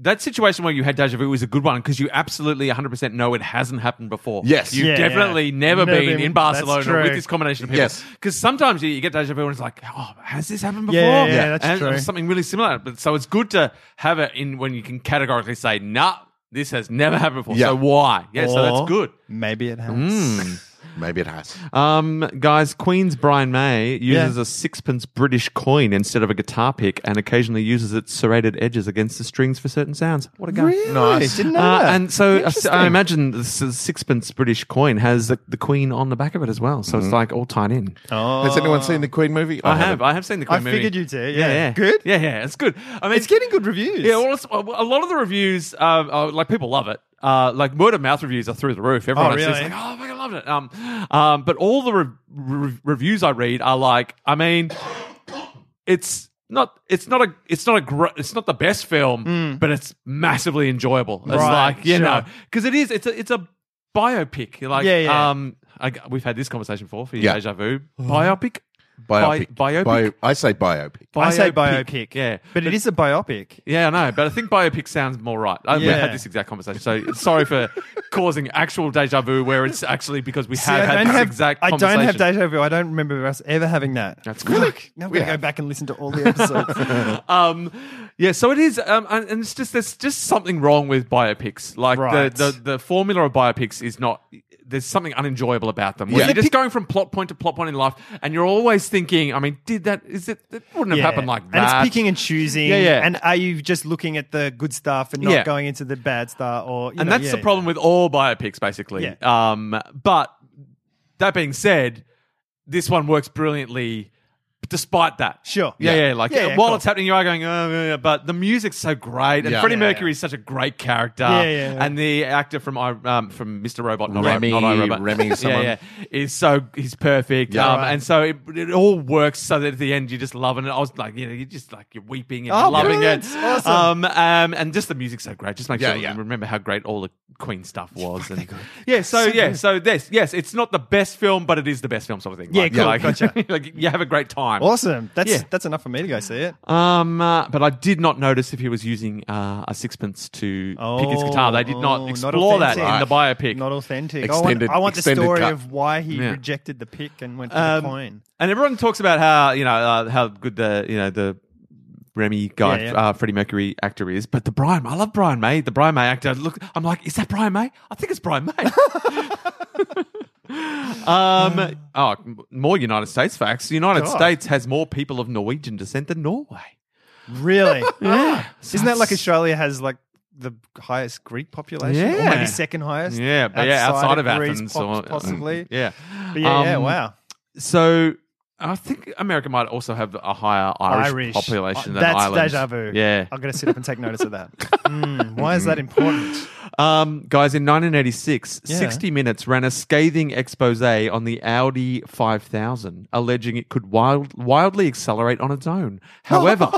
that situation where you had deja vu is a good one because you absolutely 100 percent know it hasn't happened before. Yes. you've Yeah, definitely yeah. never, Never been, been- in that's Barcelona true. with this combination of people. Yes. because sometimes you, you get deja vu and it's like, oh, has this happened before? Yeah, yeah, that's and true. Something really similar. But so it's good to have it in when you can categorically say, nah, this has never happened before. Yeah. So why? Yeah, so Or that's good. Mm. Maybe it has. Maybe it has. Um, guys, Queen's Brian May uses Yeah. a sixpence British coin instead of a guitar pick and occasionally uses its serrated edges against the strings for certain sounds. What a guy. Really? Nice. Didn't know Uh, that. and so I s- Interesting. I imagine the s- sixpence British coin has the, the queen on the back of it as well. So it's Mm-hmm. like all tied in. Oh. Has anyone seen the Queen movie? Uh, I have. I have seen the queen I movie. figured you did. Yeah, Yeah. yeah. Good. Yeah, yeah. It's good. I mean, It's getting good reviews. yeah, well, it's, a lot of the reviews, uh, are, like people love it. Uh, like word of mouth reviews are through the roof. Everyone Oh, I see is really? like, "Oh, I fucking loved it." Um, um, but all the re- re- reviews I read are like, I mean, it's not, it's not a, it's not a, gr- it's not the best film, but it's massively enjoyable. It's Hmm. Right, like you sure. know, because it is, it's a, it's a biopic. You're Like, Yeah, yeah. Oh. um, I, we've had this conversation before for Yeah. deja vu biopic. Biopic. Bi- biopic? Bio- I say biopic. I say biopic. Yeah, but it is a biopic. yeah, I know, but I think biopic sounds more right. I, We Yeah. had this exact conversation, so sorry for causing actual deja vu where it's actually because we See, have I had don't this have exact I conversation. don't have deja vu. I don't remember us ever having that. That's Really? good. Now we Yeah. go back and listen to all the episodes. Um, yeah, so it is, um, and, and it's just there's just something wrong with biopics. Like Right. the, the the formula of biopics is not. there's something unenjoyable about them. Yeah. You're just going from plot point to plot point in life, and you're always thinking, I mean, did that? Is it? It wouldn't Yeah. have happened like that. And it's picking and choosing. Yeah, yeah. And are you just looking at the good stuff and not Yeah. going into the bad stuff? Or you and know, that's yeah, the problem with all biopics, basically. Yeah. Um, but that being said, this one works brilliantly. Despite that, Sure. yeah, Yeah. yeah, like uh, Yeah, yeah, while cool. it's happening, you are going, oh, yeah, yeah," but the music's so great, and Yeah. Freddie Yeah, Mercury is such a great character, Yeah, yeah, yeah. and the actor from I, um, from Mr. Robot, not Remy- I, not I, Robot, Remy someone. yeah, yeah, is so he's perfect, Yeah. um, Right. and so it, it all works so that at the end you're just loving it. I was like, you know, you're just like you're weeping and Oh, loving brilliant. it, um, Awesome. um, and just the music's so great, just makes Yeah, you yeah. remember how great all the Queen stuff was. And yeah, so, yeah, so this, yes, it's not the best film, but it is the best film sort of thing. Yeah, cool, like, gotcha. like, you have a great time. Awesome. That's Yeah. that's enough for me to go see it. Um, uh, but I did not notice if he was using uh, a sixpence to pick his guitar. They did Oh, not explore that in authentic. the biopic. Not authentic. Extended- I want, I want the extended story cut. of why he Yeah. rejected the pick and went for Um, the coin. And everyone talks about how you know uh, how good the you know the Remy guy, Yeah, yeah. Uh, Freddie Mercury actor is, but the Brian, I love Brian May, the Brian May actor. Look, I'm like, is that Brian May? I think it's Brian May. um, oh, m- more United States facts. The United God. States has more people of Norwegian descent than Norway. Really? yeah. Isn't that like That's- Australia has like the highest Greek population? Or Yeah. maybe second highest? Yeah, but yeah, outside of Greece, Athens, po- or- mm, possibly. Yeah, But yeah, yeah, Um, wow. So I think America might also have a higher Irish, Irish. population Uh, than that's Ireland. deja vu. Yeah. I'm going to sit up and take notice of that. Mm, why is that important? Um, guys, in 1986, Yeah. 60 Minutes ran a scathing expose on the Audi 5000, alleging it could wild, wildly accelerate on its own. However,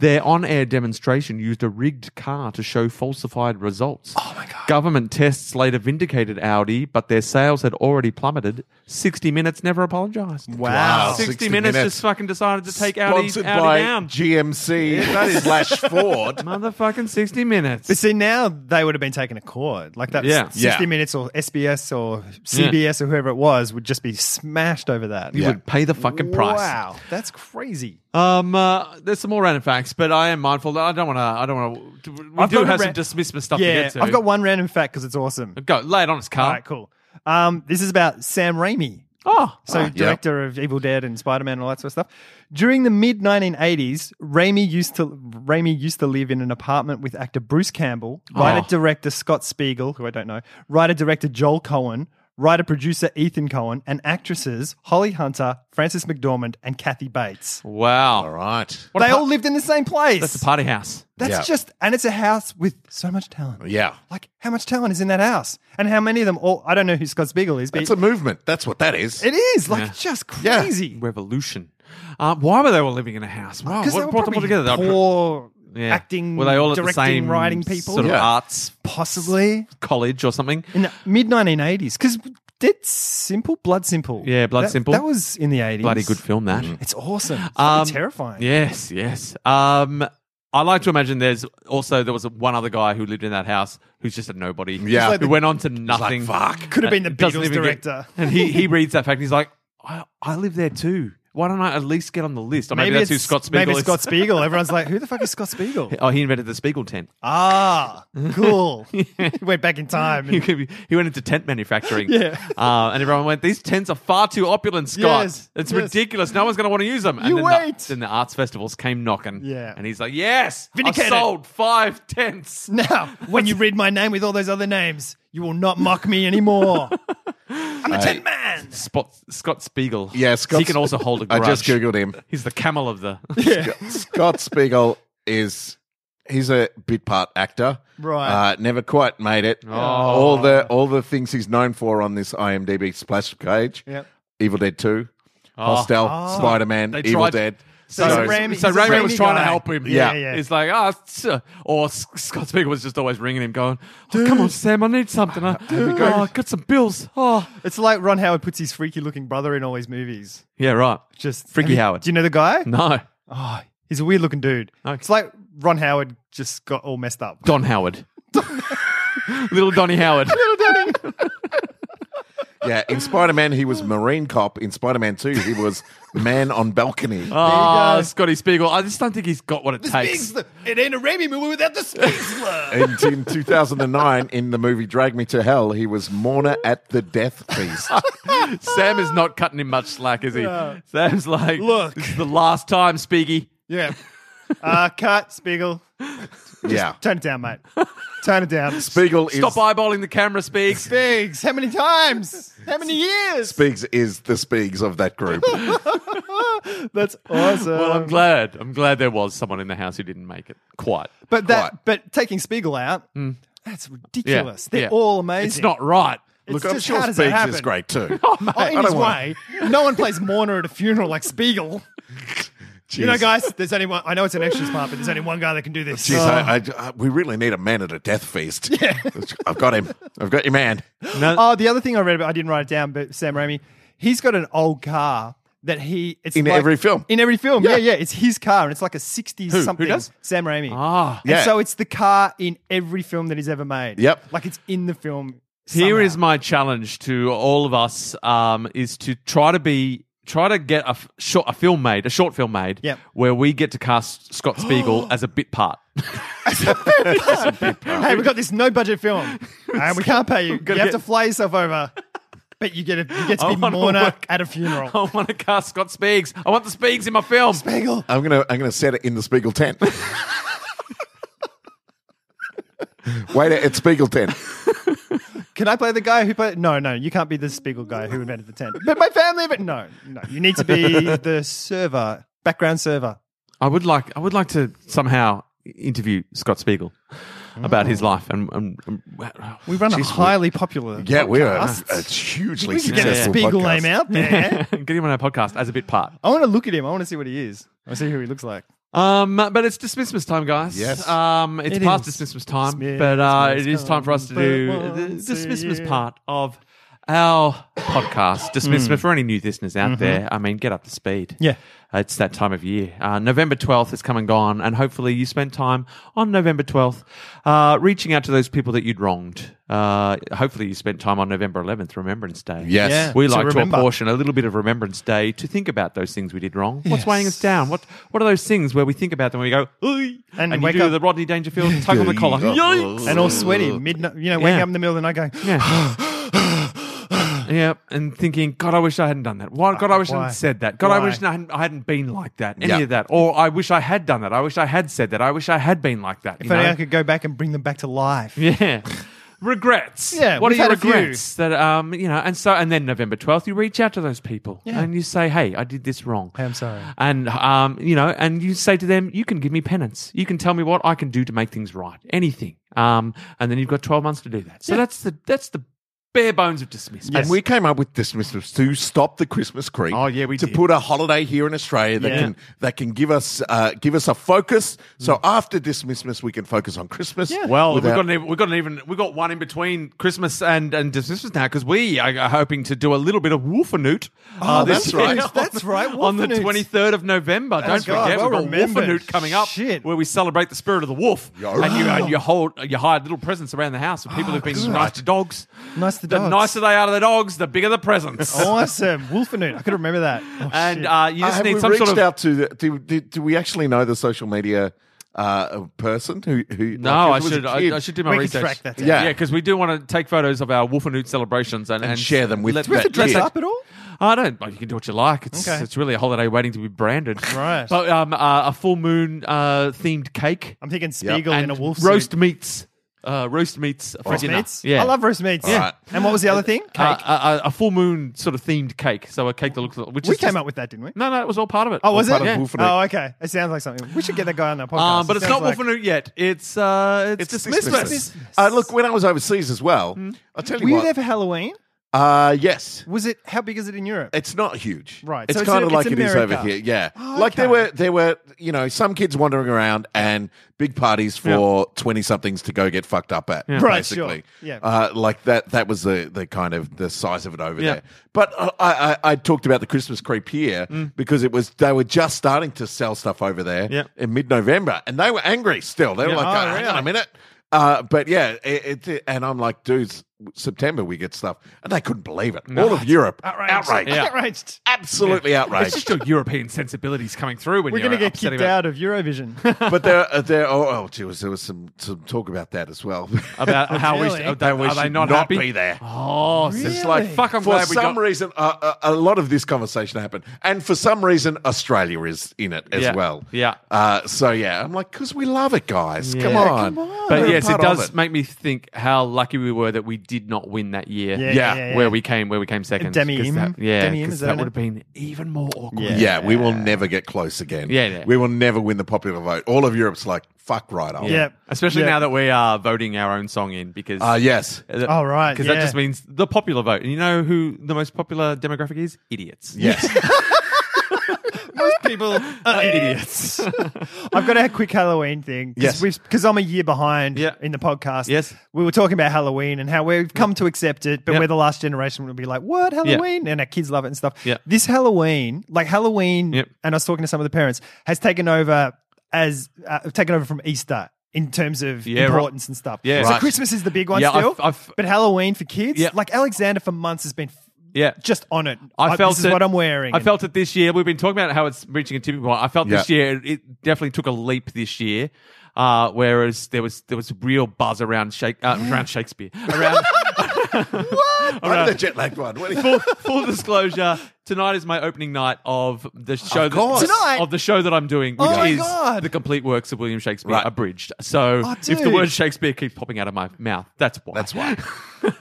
their on air demonstration used a rigged car to show falsified results. Oh my God. Government tests later vindicated Audi, but their sales had already plummeted. 60 Minutes never apologized. Wow. 60, 60 minutes, Minutes. just fucking decided to take Audi, Audi Sponsored by down. GMC slash Ford. Motherfucking 60 Minutes. But see, now they would have been taken to court. Like that Yeah. 60 Yeah. Minutes or SBS or CBS or whoever it was would just be smashed over that. you would pay the fucking price. Wow. That's crazy. Um, uh, there's some more random facts, but I am mindful. that I don't want to. I don't want to. We I've do got a have ra- some dismissive stuff to yeah. get to. Uh-huh. I've got one random fact because it's awesome. Go lay it on us, All Carl. right, cool. Um, this is about Sam Raimi. Oh, So, director of Evil Dead and Spider Man and all that sort of stuff. During the mid 1980s, Raimi used to Raimi used to live in an apartment with actor Bruce Campbell, writer director Scott Spiegel, who I don't know, writer director Joel Cohen, writer producer Ethan Cohen, and actresses Holly Hunter, Frances McDormand, and Kathy Bates. wow. All right. What a they par- all lived in the same place. That's a party house. That's Yeah. Oh, just, and it's a house with so much talent. Yeah. Like, how much talent is in that house? And how many of them all, I don't know who Scott Spiegel is, but It's a movement. That's what that is. it is like Yeah. just Yeah. crazy. Revolution. Um, why were they all living in a house? Wow, Because they Oh, what were brought them all probably together? They were pr- poor yeah. acting, Were they all at directing, the same writing people, Sort of Yeah. arts possibly college or something. in the mid 1980s. Because did Simple Blood Simple? Yeah, Blood That- Simple. That was in the 80s. Bloody good film that. Mm. It's awesome. It's Um, terrifying. Yes, yes. Um, I like to imagine there's also there was one other guy who lived in that house who's just a nobody. Yeah. who went on to nothing. fuck. Could have been the And doesn't Beatles even get- director. and he he reads that fact. and He's like, I, I live there too. Why don't I at least get on the list? Or maybe, that's who it's- Scott Spiegel Maybe is. it's Scott Spiegel. Everyone's like, who the fuck is Scott Spiegel? Oh, he invented the Spiegel tent. ah, cool. Went back in time. He and- could be- he went into tent manufacturing. Yeah. Uh, and everyone went, these tents are far too opulent, Scott. Yes, it's yes. ridiculous. No one's going to want to use them. And You then wait. The, then the arts festivals came knocking. Yeah. And he's like, yes, I Vindicated. sold five tents. Now, when you read my name with all those other names, you will not mock me anymore. I'm a tin man. Spot, Scott Spiegel. Yeah, Scott He can also hold a I just grudge. googled him. He's the camel of the. Scott Spiegel is he's a bit part actor. Right. Uh, never quite made it. Oh. All the all the things he's known for on this IMDb splash page. Yep. Evil Dead 2, Hostel, Oh. Spider Man, They Evil tried- Dead. So, He's so, a Ram- Ram- he's a was Raimi trying guy. to help him. Yeah. Yeah, yeah. It's like, ah, it's, uh," or S- Scott Speaker was just always ringing him, going, oh, come on, Sam, I need something. I, oh, I got some bills. Oh, It's like Ron Howard puts his freaky looking brother in all his movies. yeah, right. Just Freaky have you- Howard. Do you know the guy? No, Oh, he's a weird looking dude. Okay. It's like Ron Howard just got all messed up. Don Howard, little Donny Howard. Yeah, in Spider Man, he was Marine Cop. In Spider Man 2, he was Man on Balcony. Ah, Scotty Spiegel. I just don't think he's got what it takes. It ain't a Raimi movie without the Spiegler. And in 2009, in the movie Drag Me to Hell, he was Mourner at the Death Feast. Sam is not cutting him much slack, is he? No. Sam's like, Ah. Look. this is the last time, Speaky. yeah. Uh, cut, Spiegel. yeah. Turn it down, mate. Turn it down. Spiegel is. Stop eyeballing the camera, Speaks. Spiegs, how many times? How many years? Spiegs is the Spiegs of that group. That's awesome. Well, I'm glad. I'm glad there was someone in the house who didn't make it. Quite. But that, Quite. but taking Spiegel out, that's ridiculous. They're yeah. all amazing. It's not right. Look, It's I'm just sure how does that Spiegs is happen? great too. Oh, in I his don't want way, no one plays Mourner at a funeral like Spiegel. You know, Jeez. guys, there's only one. I know it's an extras part, but there's only one guy that can do this. Jeez, Oh. I, I- I- we really need a man at a death feast. I've got him. I've got your man. No, Oh, the other thing I read about, I didn't write it down, but Sam Raimi, he's got an old car that he. It's In like- every film. In every film. Yeah. Yeah. yeah, It's his car, and it's like a 60s Who something. does? Sam Raimi. ah. And Yeah. so it's the car in every film that he's ever made. Yep. Like it's in the film. Here is somehow. my challenge to all of us: um, is to try to be, try to get a f- short, a film made, a short film made, Yep. where we get to cast Scott Spiegel as a bit part. Hey, we got this no budget film, and we can't pay you. You have gotta to get- fly yourself over, but you get a, you get to I be wanna mourner work. Oh. at a funeral. I want to cast Scott Spiegs. I want the Spiegs in my film. Bagel. I'm gonna I'm gonna set it in the Spiegel tent. Waiter at Spiegel tent. Can I play the guy who played? No, no, you can't be the Spiegel guy who invented the tent. But my family, but no, no, you need to be the server, background server. I would like, I would like to somehow interview Scott Spiegel about his life and, and, and Oh. We run a highly popular. Yeah, we are a, podcast. a hugely We could get a successful Spiegel podcast. name out there. get him on our podcast as a bit part. I want to look at him. I want to see what he is. I want to see who he looks like. Um, but it's dismissmas time, guys. Yes. Um, it's It past is. dismissmas time, Dismiss- but uh, it dismiss is time for us to come, do but the once a dismissmas year. part of our podcast. Dismissmas for any new listeners out there. I mean, get up to speed. Uh, Yeah. It's that time of year. Uh, November 12th has come and gone, and hopefully you spent time on November 12th uh, reaching out to those people that you'd wronged. Uh, hopefully you spent time on November 11th, Remembrance Day. Yes. Yeah. We to like to, remember. apportion a little bit of Remembrance Day to think about those things we did wrong. What's weighing us down? What What are those things where we think about them and we go, Oi! And and, you wake do up- the Rodney Dangerfield tug on the collar, yikes! And all sweaty, midnight. You know, waking Yeah. up in the middle of the night, going, Yeah. yeah, and thinking, God, I wish I hadn't done that. Why, God, I wish I Why? hadn't said that. God, I Why? wish I hadn't, I hadn't been like that. Any Yeah. of that, or I wish I had done that. I wish I had said that. I wish I had been like that. if you only know? I could go back and bring them back to life. Yeah. Regrets. Yeah, What are we've your had a few. regrets that um you know and so and then November twelfth you reach out to those people Yeah. and you say hey I did this wrong Hey, I'm sorry. and um you know and you say to them you can give me penance you can tell me what I can do to make things right anything um and then you've got twelve months to do that so that's the that's the bare bones of dismissal And we came up with dismissals to stop the Christmas creep. Oh, yeah, we to did. put a holiday here in Australia that Yeah. Mm. can that can give us uh, give us a focus. So after dismissmas, we can focus on Christmas. Well, without- we've got an even, we've got an even we've got one in between Christmas and and Christmas now because we are, are hoping to do a little bit of Wolfenoot. Oh, uh, that's right. That's right, On the Wolfenoot. twenty third of November, don't God, forget well we've got remembered. Wolfenoot coming up, Shit. where we celebrate the spirit of the wolf, Yarr. and you and you hold you hide little presents around the house for people who've been nice to dogs. Nice to the dogs. nicer they are to the dogs, the bigger the presents. Awesome. Wolfenoot. I could remember that. Oh, and shit. uh, you Uh, just have need we some reached sort of out to the, do, do, do we actually know the social media uh, person who who? like, No, I if it was a should. I, kid- I should do my We can research. track that down. Yeah. yeah, because we do want to take photos of our Wolfenoot celebrations and, And share them with the that kid. up at all? Oh, I don't. Well, you can do what you like. It's Okay. it's really a holiday waiting to be branded. Right. But um, uh, a full moon uh, themed cake I'm thinking Spiegel in and a wolf suit. roast meats. Uh, roast meats for roast dinner. meats. Yeah. I love roast meats. Yeah. Alright. And what was the other thing? Cake. Uh, a, a- a full moon sort of themed cake. So a cake that looks which we is came just- up with that, didn't we? No, no, it was all part of it. Oh, was All it? Ah, part of Wolfenoot. Oh, okay. It sounds like something. We should get that guy on our podcast. Um, but It it's sounds not like- Wolfenoot yet. It's uh, it's, It's dismissed. dismissed. Uh, look, when I was overseas as well, I'll tell you Mm-hmm. Were you what. there for Halloween? uh, yes. Was it? How big is it in Europe? It's not huge, Right, It's so it's kind of in- like it's it is America. over here, yeah. Oh, Like there okay. were there were you know some kids wandering around and big parties for twenty somethings to go get fucked up at, Right, sure. basically, Yeah. Uh, like that that was the the kind of the size of it over Yeah. there. But I, I I talked about the Christmas creep here Mm. because it was they were just starting to sell stuff over there Yeah. in mid November and they were angry still. They were Yeah. like, Oh, "Oh, hang really? on a minute. Uh, but yeah, it, it, and I'm like, dudes, September we get stuff, and they couldn't believe it. All of Europe outraged, Yeah. Outraged. absolutely It's outraged. just your European sensibilities coming through when We're you're going to get upset kicked about, out of Eurovision. but there, uh, there. Oh, oh, gee, was- there was some some talk about that as well. about how we, Really? are, they, That we are they should not, happy? be there. Oh, so It's Really? like Fuck, I'm for glad we some got- reason uh, a, a lot of this conversation happened, and for some reason Australia is in it as Yeah. well. Yeah. Uh, so yeah, I'm like, because we love it, guys. Come Yeah, on. come on. We're But a yes, it part of does make me think how lucky we were that we did not win that year. Yeah, yeah, yeah, yeah. where we came, where we came second. Demi 'Cause Im? that- yeah, Demi Im, 'cause is that that her would have been even more awkward. Yeah. Yeah, we will never get close again. Yeah, yeah. we will never win the popular vote. All of Europe's like, fuck right off. Yeah. especially Yeah. now that we are voting our own song in because. Ah, yes. Oh, right, because that yeah. just means the popular vote. And you know who the most popular demographic is? Idiots. Yes. Most people are Uh, idiots. I've got a quick Halloween thing. Yes. Because I'm a year behind Yeah. in the podcast. Yes. We were talking about Halloween and how we've come to accept it, but Yeah. we're the last generation will be like, what, Halloween? And our kids love it and stuff. Yeah. This Halloween, like Halloween, Yep. and I was talking to some of the parents, has taken over as uh, taken over from Easter. In terms of Yeah, right. importance and stuff, Yeah. So Right. Christmas is the big one Yeah, still, I've- I've- but Halloween for kids, Yeah. like Alexander for months has been f- Yeah. just on it. I felt this is it- what I'm wearing. I felt it this year. We've been talking about how it's reaching a tipping point. I felt this Yeah. year it, it definitely took a leap this year. Uh, whereas there was there was real buzz around Shake uh, around Shakespeare around I'm the jet lagged one. What do you- full, full disclosure, tonight is my opening night of the show Of course. that, Tonight? of the show that I'm doing, which Oh my is God. the complete works of William Shakespeare Right. abridged. So Oh, if the dude. word Shakespeare keeps popping out of my mouth, that's why. That's why.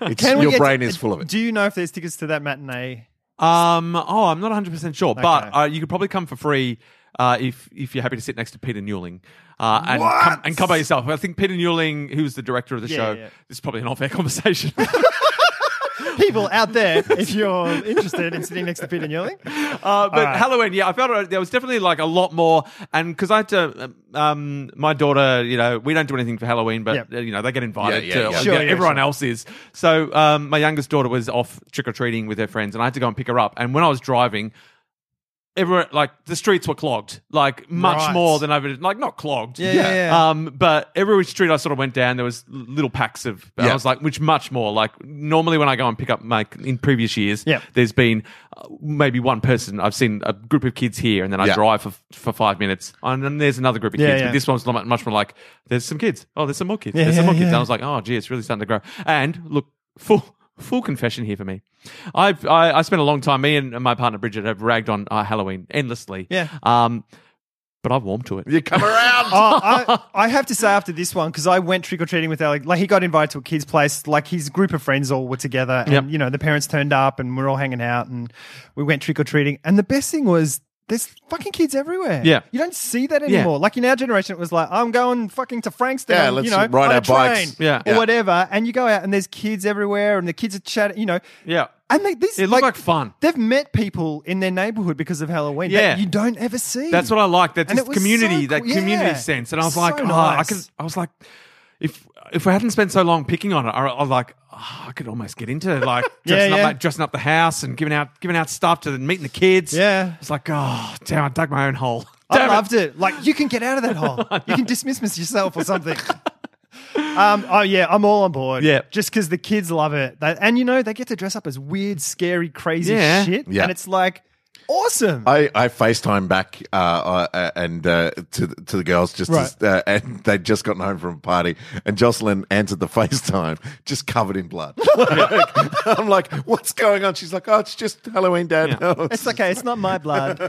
It's, Can we your get- brain is full of it. Do you know if there's tickets to that matinee? Um. Oh, I'm not 100 percent sure, but Okay. uh, you could probably come for free uh, if if you're happy to sit next to Peter Newling. Uh, and What? come and come by yourself. I think Peter Newling, who's the director of the Yeah, show, yeah. this is probably an off-air conversation. People out there, if you're interested in sitting next to Peter Newling, Uh, but right. Halloween, yeah, I felt uh, there was definitely like a lot more, and because I had to, um, my daughter, you know, we don't do anything for Halloween, but Yep. uh, you know, they get invited Yeah, yeah, to yeah. Sure, yeah, everyone sure. else is. So um, my youngest daughter was off trick or treating with her friends, and I had to go and pick her up. And when I was driving, everyone like the streets were clogged, like much Right. more than I've like not clogged, Yeah, yeah, yeah. Um, but every street I sort of went down, there was l- little packs of. and Yeah. I was like, which much more like normally when I go and pick up my in previous years, Yeah. there's been uh, maybe one person. I've seen a group of kids here, and then I Yeah. drive for for five minutes, and then there's another group of Yeah, kids. yeah. But this one's lo- much more like there's some kids. Oh, there's some more kids. Yeah, there's some yeah, more kids. And yeah. I was like, oh, gee, it's really starting to grow. And look, full. Full confession here for me. I've, I I spent a long time. Me and my partner Bridget have ragged on uh, Halloween endlessly. Yeah. Um, but I've warmed to it. You come around. Oh, I, I have to say after this one because I went trick or treating with Alec. Like he got invited to a kid's place. Like his group of friends all were together, and Yep. you know the parents turned up, and we're all hanging out, and we went trick or treating. And the best thing was. There's fucking kids everywhere. Yeah. you don't see that Yeah. anymore. Like in our generation, it was like I'm going fucking to Frankston. Yeah, on, let's you know, ride on a our bikes. train Yeah. or Yeah. whatever. And you go out, and there's kids everywhere, and the kids are chatting. You know, Yeah. And they, these It looked like fun. They've met people in their neighborhood because of Halloween Yeah. that you don't ever see. That's what I like. That And this it was community, so that cool. community Yeah. sense. And I was So like, oh, I nice. could. I was like, if if I hadn't spent so long picking on it, I, I was like, oh, I could almost get into it, like Yeah, dressing, Up, yeah. like dressing up the house and giving out giving out stuff to the, meeting the kids. Yeah. it's like, oh damn, I dug my own hole. I Damn loved it. Like you can get out of that hole. you can dismiss yourself or something. um, oh yeah, I'm all on board. Yeah. just because the kids love it, They- and you know they get to dress up as weird, scary, crazy Yeah. shit, Yeah. and it's like awesome. I, I FaceTime back uh, uh, and uh, to the- to the girls just Right. as, uh, and they'd just gotten home from a party and Jocelyn answered the FaceTime just covered in blood. I'm like, what's going on? She's like, oh, it's just Halloween, Dad. Yeah. it's oh, okay. It's not my blood.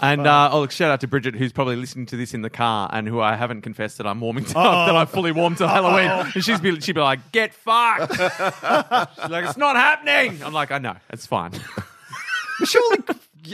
And uh, oh, look, shout out to Bridget, who's probably listening to this in the car, and who I haven't confessed that I'm warming to, Oh. that I'm fully warmed to Halloween. And she's be, she'd be like, "Get fucked!" she's like, "It's not happening." I'm like, "I know, it's fine." Surely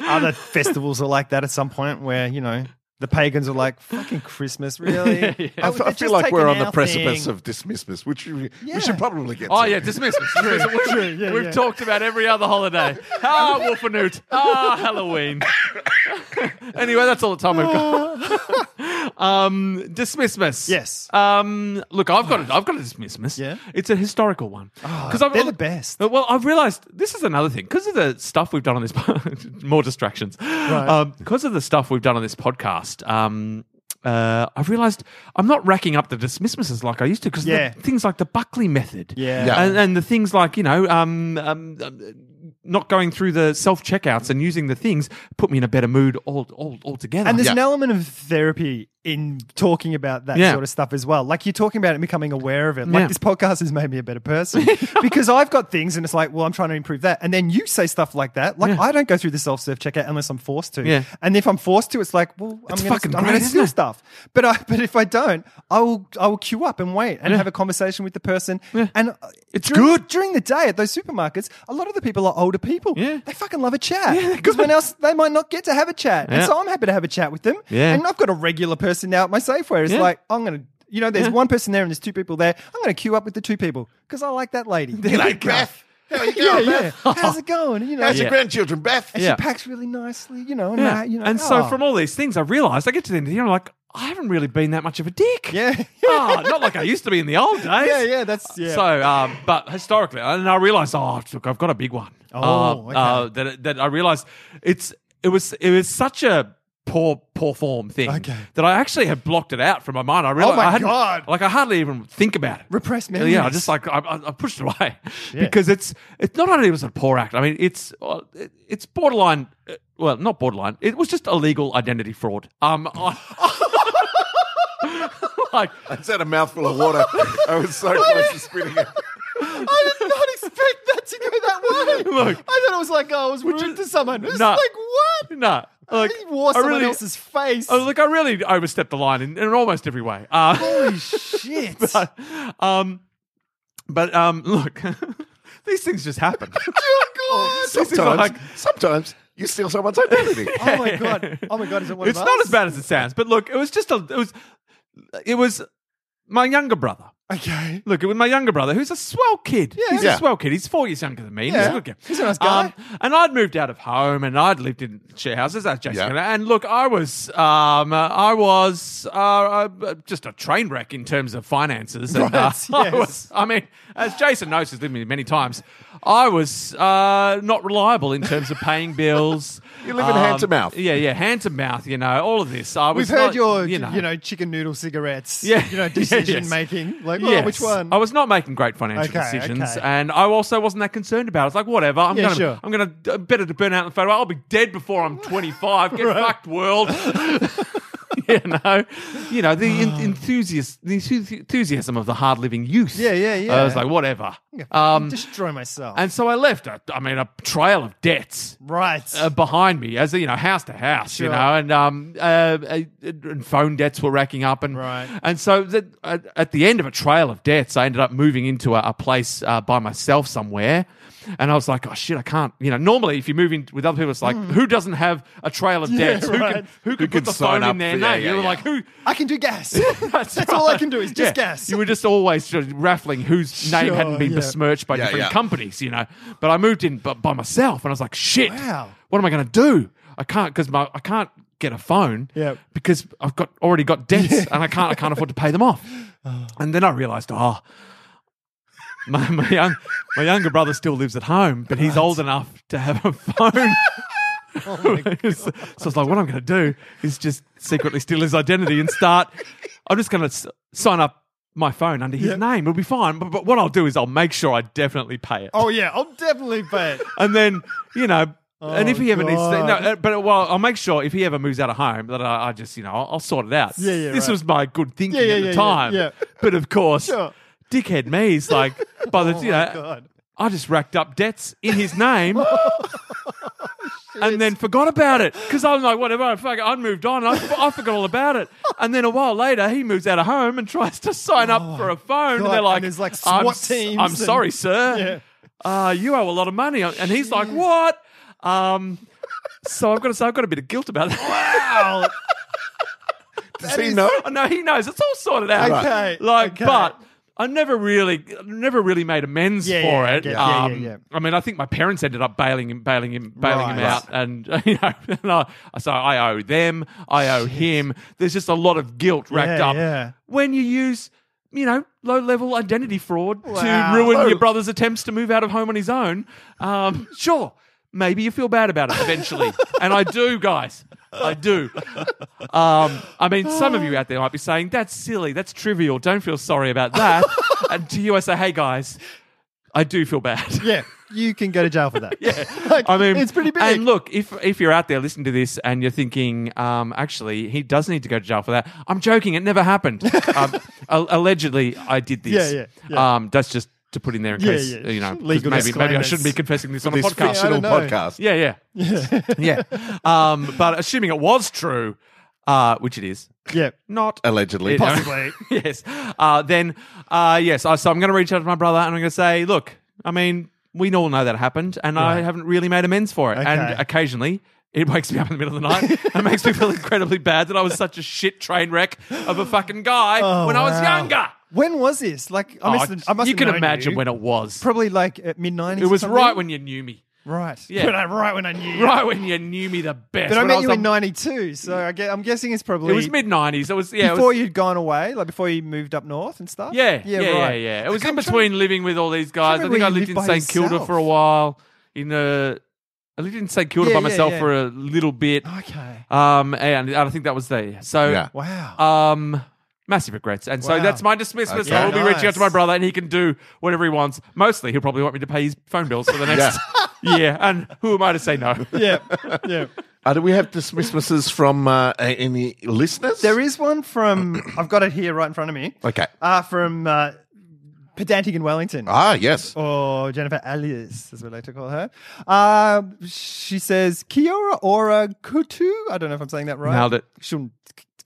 other festivals are like that at some point, where you know the pagans are like, "Fucking Christmas, really?" I Oh, f- I they're feel just like we're taking on the our precipice thing. of dismissmas, which we, Yeah. we should probably get. Oh to. yeah, dismiss. dismiss. We- True, yeah, We've yeah. talked about every other holiday. Ah, Wolfenoot. Ah, Halloween. anyway, that's all the time we've got. um, dismissmas. Yes. Um, look, I've got a, I've got a dismissmas. Yeah? Ah, It's a historical one. Because they're the best. Well, I've realised this is another thing because of the stuff we've done on this. po- more distractions. Because of the stuff we've done on this podcast. Um, uh, I realized I'm not racking up the dismissals like I used to because Yeah. things like the Buckley method, Yeah. Yeah. And, and the things like you know, um, um, um, not going through the self checkouts and using the things put me in a better mood all all altogether. And there's Yeah. an element of therapy in talking about that Yeah. sort of stuff as well. Like you're talking about it and becoming aware of it. Like Yeah. this podcast has made me a better person because I've got things and it's like, well, I'm trying to improve that. And then you say stuff like that. Like Yeah. I don't go through the self serve checkout unless I'm forced to. Yeah. And if I'm forced to, it's like, well, I'm It's gonna, fucking I'm great, gonna isn't steal it? stuff. But I but if I don't, I will I will queue up and wait and Yeah. have a conversation with the person. Yeah. And uh, It's during- good. during the day at those supermarkets. A lot of the people are older people. Yeah. They fucking love a chat because when else they might not get to have a chat. And Yeah. so I'm happy to have a chat with them. Yeah. And I've got a regular person now at my Safeway. It's Yeah. like, I'm going to, you know, there's Yeah. one person there and there's two people there. I'm going to queue up with the two people because I like that lady. G'day, Beth. How you yeah, going, yeah. Beth? Oh. How's it going? You know, How's your Yeah. grandchildren, Beth? and Yeah. she packs really nicely, you know. And, yeah. that, you know, and so oh. from all these things, I realized I get to the end of the year, I'm like, I haven't really been that much of a dick. Yeah. Ah, not like I used to be in the old days. Yeah, yeah, that's, yeah. So, um, but historically, and I realized, oh, look, I've got a big one. Oh, Uh, okay. uh, that that I realized it's it was it was such a poor poor form thing Okay. Oh that I actually had blocked it out from my mind. I realized my I hadn't- God. like I hardly even think about it. Repressed Yeah, Yeah, I memories. just like I, I I pushed it away because it's it's not only was it a poor act. I mean, it's uh, it- it's borderline. uh, Well, not borderline. It was just illegal identity fraud. Um, I- like Is that a mouthful of water? I was so close to spitting it. I did not expect that to go that way. Look. I thought it was like, oh, I was rude is- to someone. It's Nah. like, what? no, like he wore I someone really- else's face. Oh, look, I really overstepped the line in, in almost every way. Uh, Holy shit. um, but um, look, these things just happen. This is Oh, Sometimes, like- sometimes you steal someone's identity. Oh my god! Oh my god! Is it one it's of not us? as bad as it sounds. But look, it was just a, it was, it was my younger brother. Okay. Look, it was my younger brother, who's a swell kid. Yeah. he's Yeah. a swell kid. He's four years younger than me. and He's Yeah. a good kid. Um, He's a nice guy. and I'd moved out of home, and I'd lived in share houses, as Jason. Yeah. and I- And look, I was, um, uh, I was uh, uh, just a train wreck in terms of finances. And, uh, Right, I yes. was, I mean, as Jason knows, has lived with me many times. I was uh, not reliable in terms of paying bills. Um, You live in hand to mouth. Yeah, yeah, hand to mouth. You know, all of this. I was We've heard not, your, you know, chicken noodle cigarettes. Yeah. You know, Yeah, decision yes. making. Like, oh, Yes. which one? I was not making great financial Okay, decisions, okay. and I also wasn't that concerned about it. It's like whatever. I'm Yeah, gonna, sure. I'm gonna uh, better to burn out in the photo. I'll be dead before I'm 25. Get fucked, world. you know, you know the en- enthusiast, the enthusi- enthusiasm of the hard living youth. Yeah, yeah, yeah. I was like whatever. Um, destroy myself. and so I left. A, I mean, a trail of debts right. uh, behind me as you know house to house you Sure. know and um uh, uh, and phone debts were racking up and Right. and so the, uh, at the end of a trail of debts i ended up moving into a, a place uh, by myself somewhere and i was like oh shit i can't you know normally if you move in with other people it's like who doesn't have a trail of debts who Hmm. right. can who can can put the sign phone up in their for- yeah, name yeah, you were yeah. like who I can do gas. that's, all right. I can do is just guess. You were just always sort of raffling whose name Sure, hadn't been yeah. besmirched by Yeah, different yeah. companies, you know. But I moved in b- by myself, and I was like, "Shit, Wow. what am I going to do? I can't because my I can't get a phone, Yeah. because I've got already got debts, and I can't I can't afford to pay them off." And then I realised, oh, my my, young, my younger brother still lives at home, but he's old enough to have a phone. Oh so I was like, what I'm going to do is just secretly steal his identity and start. I'm just going to s- sign up my phone under his name. It'll be fine. But, but what I'll do is I'll make sure I definitely pay it. oh, yeah. I'll definitely bet. And then, you know. and if Oh, he ever needs, to, God. no, uh, but well, I'll make sure if he ever moves out of home that I, I just, you know, I'll, I'll sort it out. Yeah, yeah, This right. was my good thinking Yeah, yeah, at the yeah, yeah, time. yeah. But of course, Sure. dickhead me is like, by the, Oh, you my know, God. I just racked up debts in his name. Oh, And then forgot about it because I'm like, whatever, fuck, it, I moved on. I, I forgot all about it. And then a while later, he moves out of home and tries to sign up for a phone. Oh, God, And they're and like, there's, like, I'm, SWAT s- teams I'm and- sorry, sir. Uh, you owe a lot of money. And he's like, what? Um, so I've got to say, I've got a bit of guilt about that. Ow. Does he know? Oh, no, he knows. It's all sorted out. Okay, Like, okay. but I never really, never really made amends Yeah, for yeah, I it. get- yeah, Um, yeah, yeah. I mean, I think my parents ended up bailing him, bailing him, bailing him Right. out, and you know, and I, so I owe them, I owe him. There's just a lot of guilt racked Yeah, up yeah. when you use. You know, low level identity fraud Wow. Oh. to ruin Low- your brother's attempts to move out of home on his own. Um, sure, maybe you feel bad about it eventually. and I do, guys. I do. Um, I mean, some of you out there might be saying, that's silly, that's trivial, don't feel sorry about that. and to you, I say, hey guys, I do feel bad. Yeah, you can go to jail for that. yeah, I mean, it's pretty big. And look, if if you're out there listening to this and you're thinking, um, actually, he does need to go to jail for that. I'm joking. It never happened. um, a- allegedly, I did this. Yeah, yeah, yeah. Um, that's just to put in there in Yeah, case yeah. you know 'cause maybe Legal maybe I disclaimers. shouldn't be confessing this on a this podcast. fictional I don't know. podcast. Yeah, yeah, yeah, yeah. Um, but assuming it was true, uh, which it is yeah, not. Allegedly. It- yes. Uh, then, uh, yes. I so I'm going to reach out to my brother and I'm going to say, look, I mean, we all know that happened, and I Right. haven't really made amends for it. Okay. And occasionally, it wakes me up in the middle of the night and makes me feel incredibly bad that I was such a shit train wreck of a fucking guy Oh, when I was wow. younger. When was this? Like, I must. Oh, have, I must you have can known imagine you. when it was. Probably like uh, at mid nineties. It was right when you knew me. Right. Yeah. When I, right when I knew. you. Right when you knew me the best. But I When met was you in a- '92, so I guess, I'm guessing it's probably It was mid '90s. It was yeah. it was- before you'd gone away, like before you moved up north and stuff. Yeah, yeah, yeah, right. yeah. It I was in can't- between living with all these guys. I remember think I you lived in lived St by Kilda yourself. for a while. In a, I lived in St Kilda Yeah, by yeah, myself yeah. Oh, for a little bit. Okay. Um, and I think that was there. So, Yeah. Wow. um, massive regrets. And so Wow. that's my dismissal. Okay. I will be reaching out to my Nice. brother, and he can do whatever he wants. Mostly, he'll probably want me to pay his phone bills for the next year. And who am I to say no? yeah. Yeah. Uh, do we have dismissals from uh, a- any listeners? There is one from I've got it here right in front of me. Okay. Uh, from uh, Pedantic in Wellington. Ah, yes. Oh, or Jennifer Alias, as we like to call her. Uh, she says Kiora Ora Kutu. I don't know if I'm saying that right. Nailed it. She'll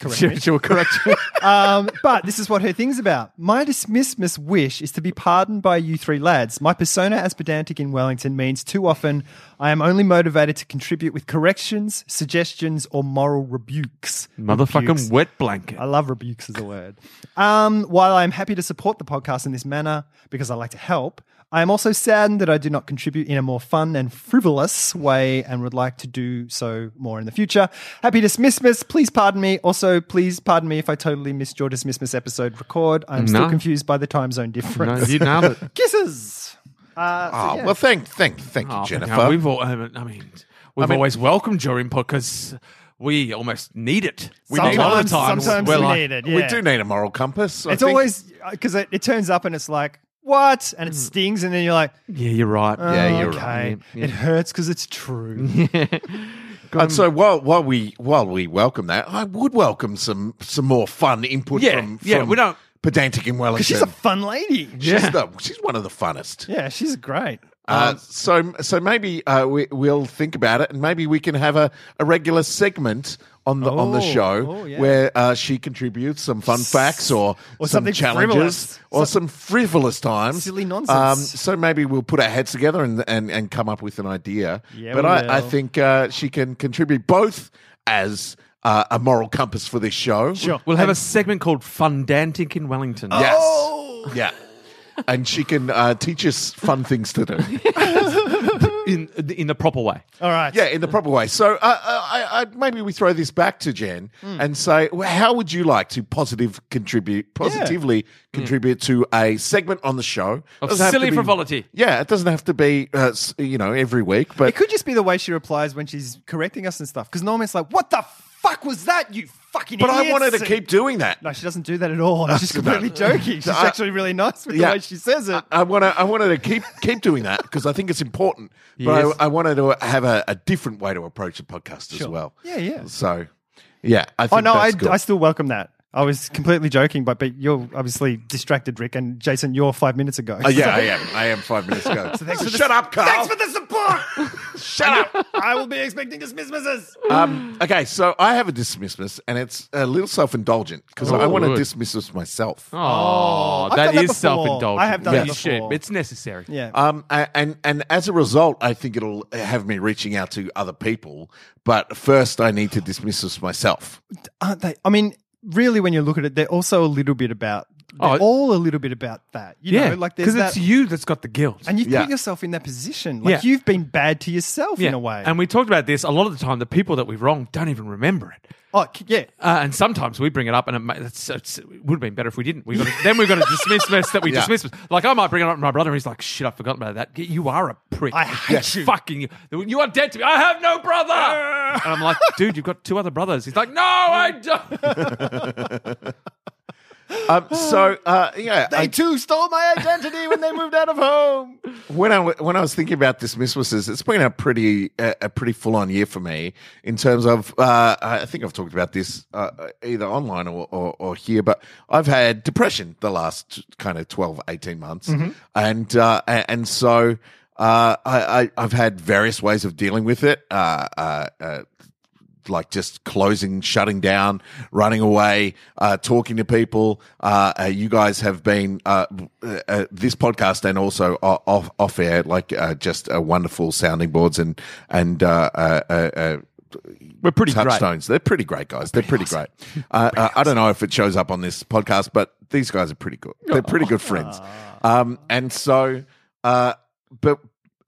correct me. she, she will correct you. um, but this is what her thing's about. My dismissmas wish is to be pardoned by you three lads. My persona as pedantic in Wellington means too often I am only motivated to contribute with corrections, suggestions, or moral rebukes. Rebukes. Motherfucking wet blanket. I love rebukes as a word. Um, while I am happy to support the podcast in this manner because I like to help, I am also saddened that I do not contribute in a more fun and frivolous way and would like to do so more in the future. Happy dismissmas. Please pardon me. Also, please pardon me if I totally missed your dismissmas episode record. I'm No. still confused by the time zone No, difference. you nailed it. Kisses. Uh, so Ah, yeah. well, thank, thank, thank you, Oh, Jennifer. yeah, we've all, I mean, I mean, we've always welcomed your input because we almost need it. We need a lot of it. the times. sometimes we're we like, need it. We yeah. do need a moral compass. I It's think. always because it, it turns up and it's like, what? And it stings, and then you're like, Yeah, you're right. Mm. Yeah, you're okay. right. It hurts because it's true. And so while while we while we welcome that, I would welcome some some more fun input Yeah, from yeah, from we don't- pedantic in Wellington. She's a fun lady. She's the- she's one of the funnest. Yeah, she's great. Um, Uh, so so maybe uh, we, we'll think about it, and maybe we can have a, a regular segment on the on the Oh, show oh, yeah. where uh, she contributes some fun facts or, Or some something challenges frivolous. or some frivolous times, Um, Silly nonsense. so maybe we'll put our heads together and and, and come up with an idea. Yeah, but we I, I will. think uh, she can contribute both as uh, a moral compass for this show. Sure. We'll have a segment called Fundantic in Wellington. Oh. Yes. Yeah. And she can uh, teach us fun things to do. In, in the proper way. All right. Yeah, in the proper way. So uh, I, I, maybe we throw this back to Jen Hmm. and say, well, how would you like to positive contribute, positively Hmm. contribute to a segment on the show Of Doesn't have to silly be- frivolity. Yeah, it doesn't have to be uh, s- you know every week, but It could just be the way she replies when she's correcting us and stuff. Because normally it's like, what the fuck was that, you fucking but I idiots?" wanted to keep doing that. No, she doesn't do that at all. She's completely joking. She's I- actually really nice with Yeah. the way she says it. I want to. I wanted to keep keep doing that because I think it's important. But Yes. I, I wanted to have a, a different way to approach the podcast as well. Yeah, yeah. So, yeah, I think oh, no, I, that's good. I still welcome that. I was completely joking, but, but you're obviously distracted, Rick. And Jason, you're five minutes ago. Uh, yeah, I am. I am five minutes ago. Oh, thanks for the- shut up, Carl. Thanks for the support. shut up. I will be expecting dismissals. Um, okay, so I have a dismissmas, and it's a little self indulgent because I want to Oh, good. dismiss this myself. Oh, I've that done that is before. self indulgent. I have done that before. It's necessary. Yeah. Um, a- and and as a result, I think it'll have me reaching out to other people. But first, I need to dismiss this myself. aren't they? I mean, really, when you look at it, they're also a little bit about. They're Oh, it- all a little bit about that. You Yeah, know, like because there's it's that, you that's got the guilt. and you've Yeah. put yourself in that position. Like Yeah. you've been bad to yourself in a way. And we talked about this a lot of the time. The people that we've wronged don't even remember it. oh, c- yeah, Uh, and sometimes we bring it up, and it, ma- it's, it's, it would have been better if we didn't. We got to, then we've got to dismiss mess that we Yeah. dismiss. Like I might bring it up to my brother, and he's like, "Shit, I forgot about that. You are a prick. I hate Yes. you. Fucking you. You are dead to me. I have no brother. And I'm like, dude, you've got two other brothers. He's like, no, I don't. Um, so uh, yeah, I, too stole my identity when they moved out of home. when I w- when I was thinking about dismissals, it's been a pretty a, a pretty full on year for me in terms of uh, I think I've talked about this uh, either online or, or or here, but I've had depression the last kind of 12, 18 months, Mm-hmm. and uh, a- and so. Uh, I, I, I've had various ways of dealing with it. Uh, uh, uh, like just closing, shutting down, running away, uh, talking to people. Uh, uh, you guys have been uh, uh, uh, this podcast and also o- off off air, like uh, just uh, wonderful sounding boards and and uh, uh, uh, uh, We're pretty great. touchstones. They're pretty great guys. They're pretty great. Uh, uh, I don't know if it shows up on this podcast, but these guys are pretty good. They're pretty good friends. Um, and so, uh, but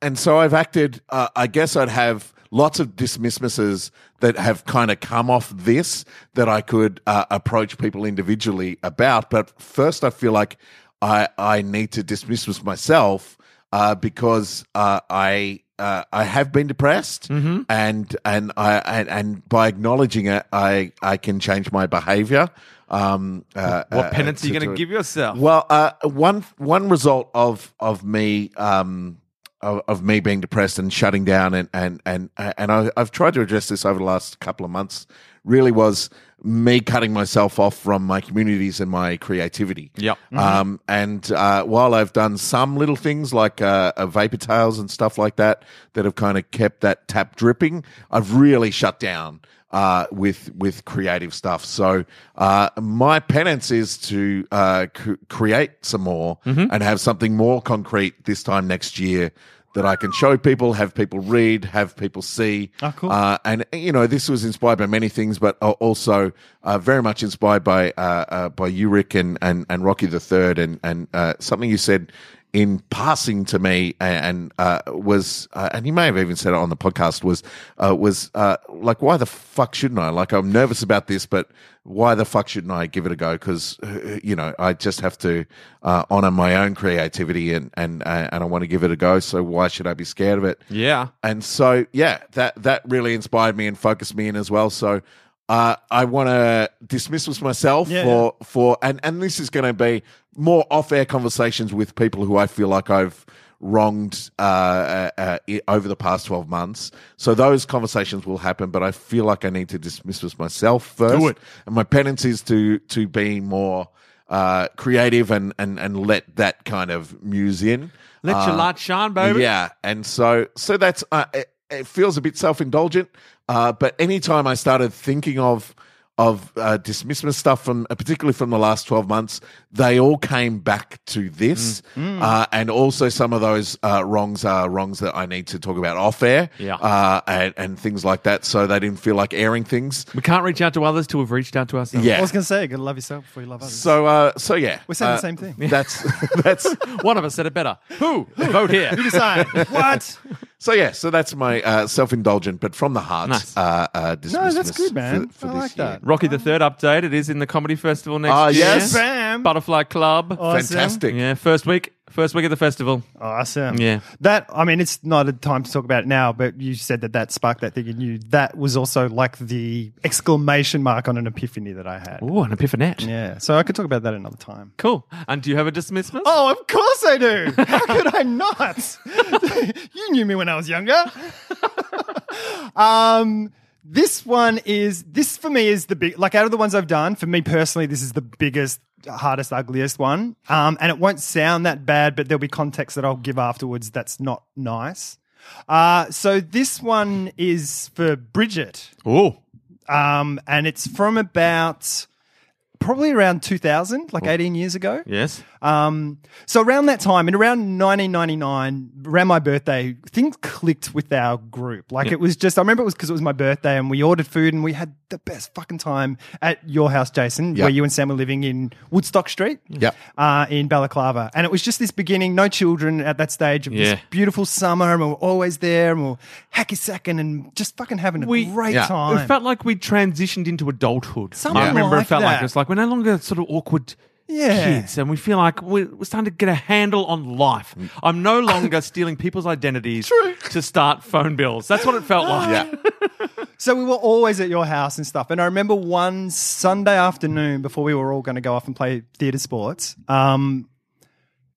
and so I've acted. Uh, I guess I'd have lots of dismissals that have kind of come off this that I could uh, approach people individually about. But first, I feel like I I need to dismiss with myself uh, because uh, I uh, I have been depressed, Mm-hmm. and and I and, and by acknowledging it, I I can change my behaviour. Um, uh, What uh, penance are you to- going to to- give yourself? well, uh, one one result of of me um, of, of me being depressed and shutting down and and and and I, I've tried to address this over the last couple of months. Really was me cutting myself off from my communities and my creativity. Yep. Um, and uh, while I've done some little things like uh, uh, vapor tails and stuff like that that have kind of kept that tap dripping, I've really shut down uh, with with creative stuff. So uh, my penance is to uh, c- create some more and have something more concrete this time next year that I can show people, have people read, have people see. Oh, cool. Uh, and you know, this was inspired by many things, but uh, also uh, very much inspired by uh, uh, by you, Rick, and and, and Rocky the Third, and and uh, something you said in passing to me, and, and uh, was, uh, and you may have even said it on the podcast, was uh, was uh, like, why the fuck shouldn't I? Like, I'm nervous about this, but why the fuck shouldn't I give it a go? Because you know, I just have to uh, honor my own creativity, and and uh, and I want to give it a go. So why should I be scared of it? yeah. and so yeah that that really inspired me and focused me in as well so uh, I want to dismiss with myself Yeah, for for and and this is going to be more off air conversations with people who I feel like I've wronged uh, uh, uh, i- over the past twelve months. So those conversations will happen, but I feel like I need to dismiss with myself first. Do it. And my penance is to to be more uh, creative and and and let that kind of muse in. Let your Uh, light shine, baby. yeah, and so so that's uh, it, it feels a bit self indulgent, uh, but anytime I started thinking of of uh, dismissal stuff from uh, particularly from the last twelve months, they all came back to this, Mm, Uh, and also some of those uh, wrongs are wrongs that I need to talk about off air, Yeah. uh, and, and things like that. So they didn't feel like airing things. We can't reach out to others till we've reached out to ourselves. Yeah. I was going to say, you got to love yourself before you love others. So uh, so yeah, We're saying the Uh, same thing. That's that's One of us said it better. Who? Vote here. Design. what? So yeah, so that's my uh, self-indulgent, but from the heart. Nice. Uh, uh, dismissiveness that's good, man. For, for I this like year. that. Rocky the Third update. It is in the comedy festival next Ah, year. yes. Bam. Butterfly Club. Awesome. Fantastic. Yeah, first week. First week of the festival. Awesome. Yeah. That, I mean, it's not a time to talk about it now, but you said that that sparked that thing in you. That was also like the exclamation mark on an epiphany that I had. Ooh, an epiphanet. Yeah. So I could talk about that another time. Cool. And do you have a dismissal? Oh, of course I do. How could I not? you knew me when I was younger. um, this one is this for me is the big like out of the ones I've done for me personally. This is the biggest, hardest, ugliest one. Um, and it won't sound that bad, but there'll be context that I'll give afterwards that's not nice. Uh, so this one is for Bridget, Ooh. um, and it's from about probably around 2000, like 18 years ago. Yes. Um, so around that time, in around 1999, around my birthday, things clicked with our group. Like it was just, I remember it was because it was my birthday, and we ordered food, and we had the best fucking time at your house, Jason, Yeah. where you and Sam were living in Woodstock Street, Yeah. uh, in Balaclava, and it was just this beginning, no children at that stage of Yeah. this beautiful summer, and we were always there, and we were hacky sacking, and just fucking having a We- great Yeah. time. It felt like we transitioned into adulthood. Something I remember like it felt like that. it's like we're no longer sort of awkward Yeah. kids, and we feel like we're, we're starting to get a handle on life. I'm no longer stealing people's identities to start phone bills. That's what it felt like. Yeah. So we were always at your house and stuff. And I remember one Sunday afternoon before we were all going to go off and play theatre sports, um,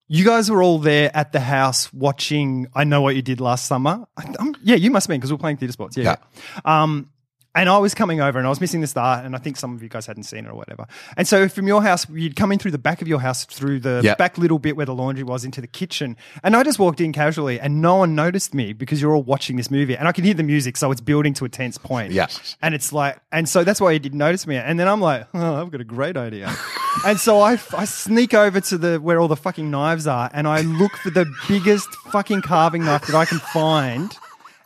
you guys were all there at the house watching I Know What You Did Last Summer. I, I'm- yeah, you must have been because we were playing theatre sports. Yeah. yeah. Um, and I was coming over and I was missing the start. And I think some of you guys hadn't seen it or whatever. And so from your house, you'd come in through the back of your house, through the Yeah. back little bit where the laundry was into the kitchen. And I just walked in casually and no one noticed me because you're all watching this movie. And I can hear the music. So it's building to a tense point. Yeah. And it's like, and so that's why he didn't notice me. And then I'm like, oh, I've got a great idea. and so I, I sneak over to the where all the fucking knives are, and I look for the biggest fucking carving knife that I can find,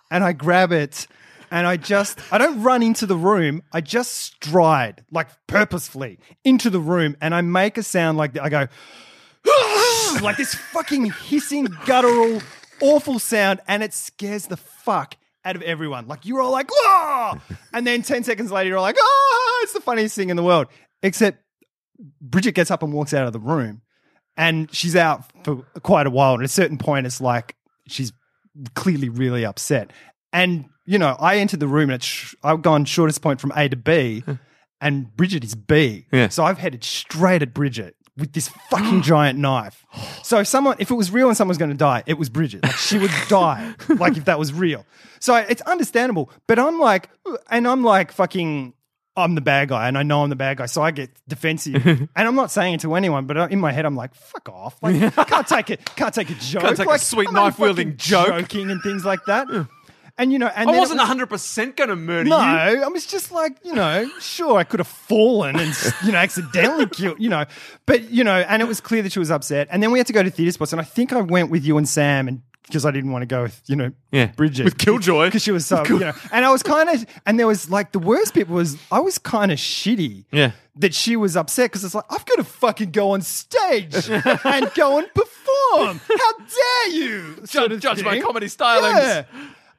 and I grab it. And I just, I don't run into the room. I just stride, like purposefully, into the room, and I make a sound like I go, like this fucking hissing, guttural, awful sound, and it scares the fuck out of everyone. Like you're all like, "Whoa!" and then ten seconds later, you're like, "Ah!" It's the funniest thing in the world. Except Bridget gets up and walks out of the room, and she's out for quite a while. And at a certain point, it's like she's clearly really upset. And you know, I entered the room, and it's sh- I've gone shortest point from A to B, and Bridget is B. Yeah. So I've headed straight at Bridget with this fucking giant knife. So if someone, if it was real and someone was going to die, it was Bridget. Like she would die, like if that was real. So it's understandable. But I'm like, and I'm like fucking. I'm the bad guy, and I know I'm the bad guy, so I get defensive. and I'm not saying it to anyone, but in my head, I'm like, "Fuck off! Like, can't take it. Can't take a joke. Can't take a like, sweet I'm only knife-wielding fucking joke." joking and things like that." And you know, and I then it wasn't was- 100% going to murder no, you. I was just like, you know, sure, I could have fallen and, you know, accidentally killed, you know, but, you know, and it was clear that she was upset. And then we had to go to theatre spots. And I think I went with you and Sam and because I didn't want to go with, you know, Yeah. Bridget. With Killjoy. Because she was so, you know, and I was kind of, and there was like, the worst bit was I was kind of shitty. Yeah. That she was upset because it's like, I've got to fucking go on stage and go and perform. How dare you? sort of judge my thing. comedy stylings. Yeah.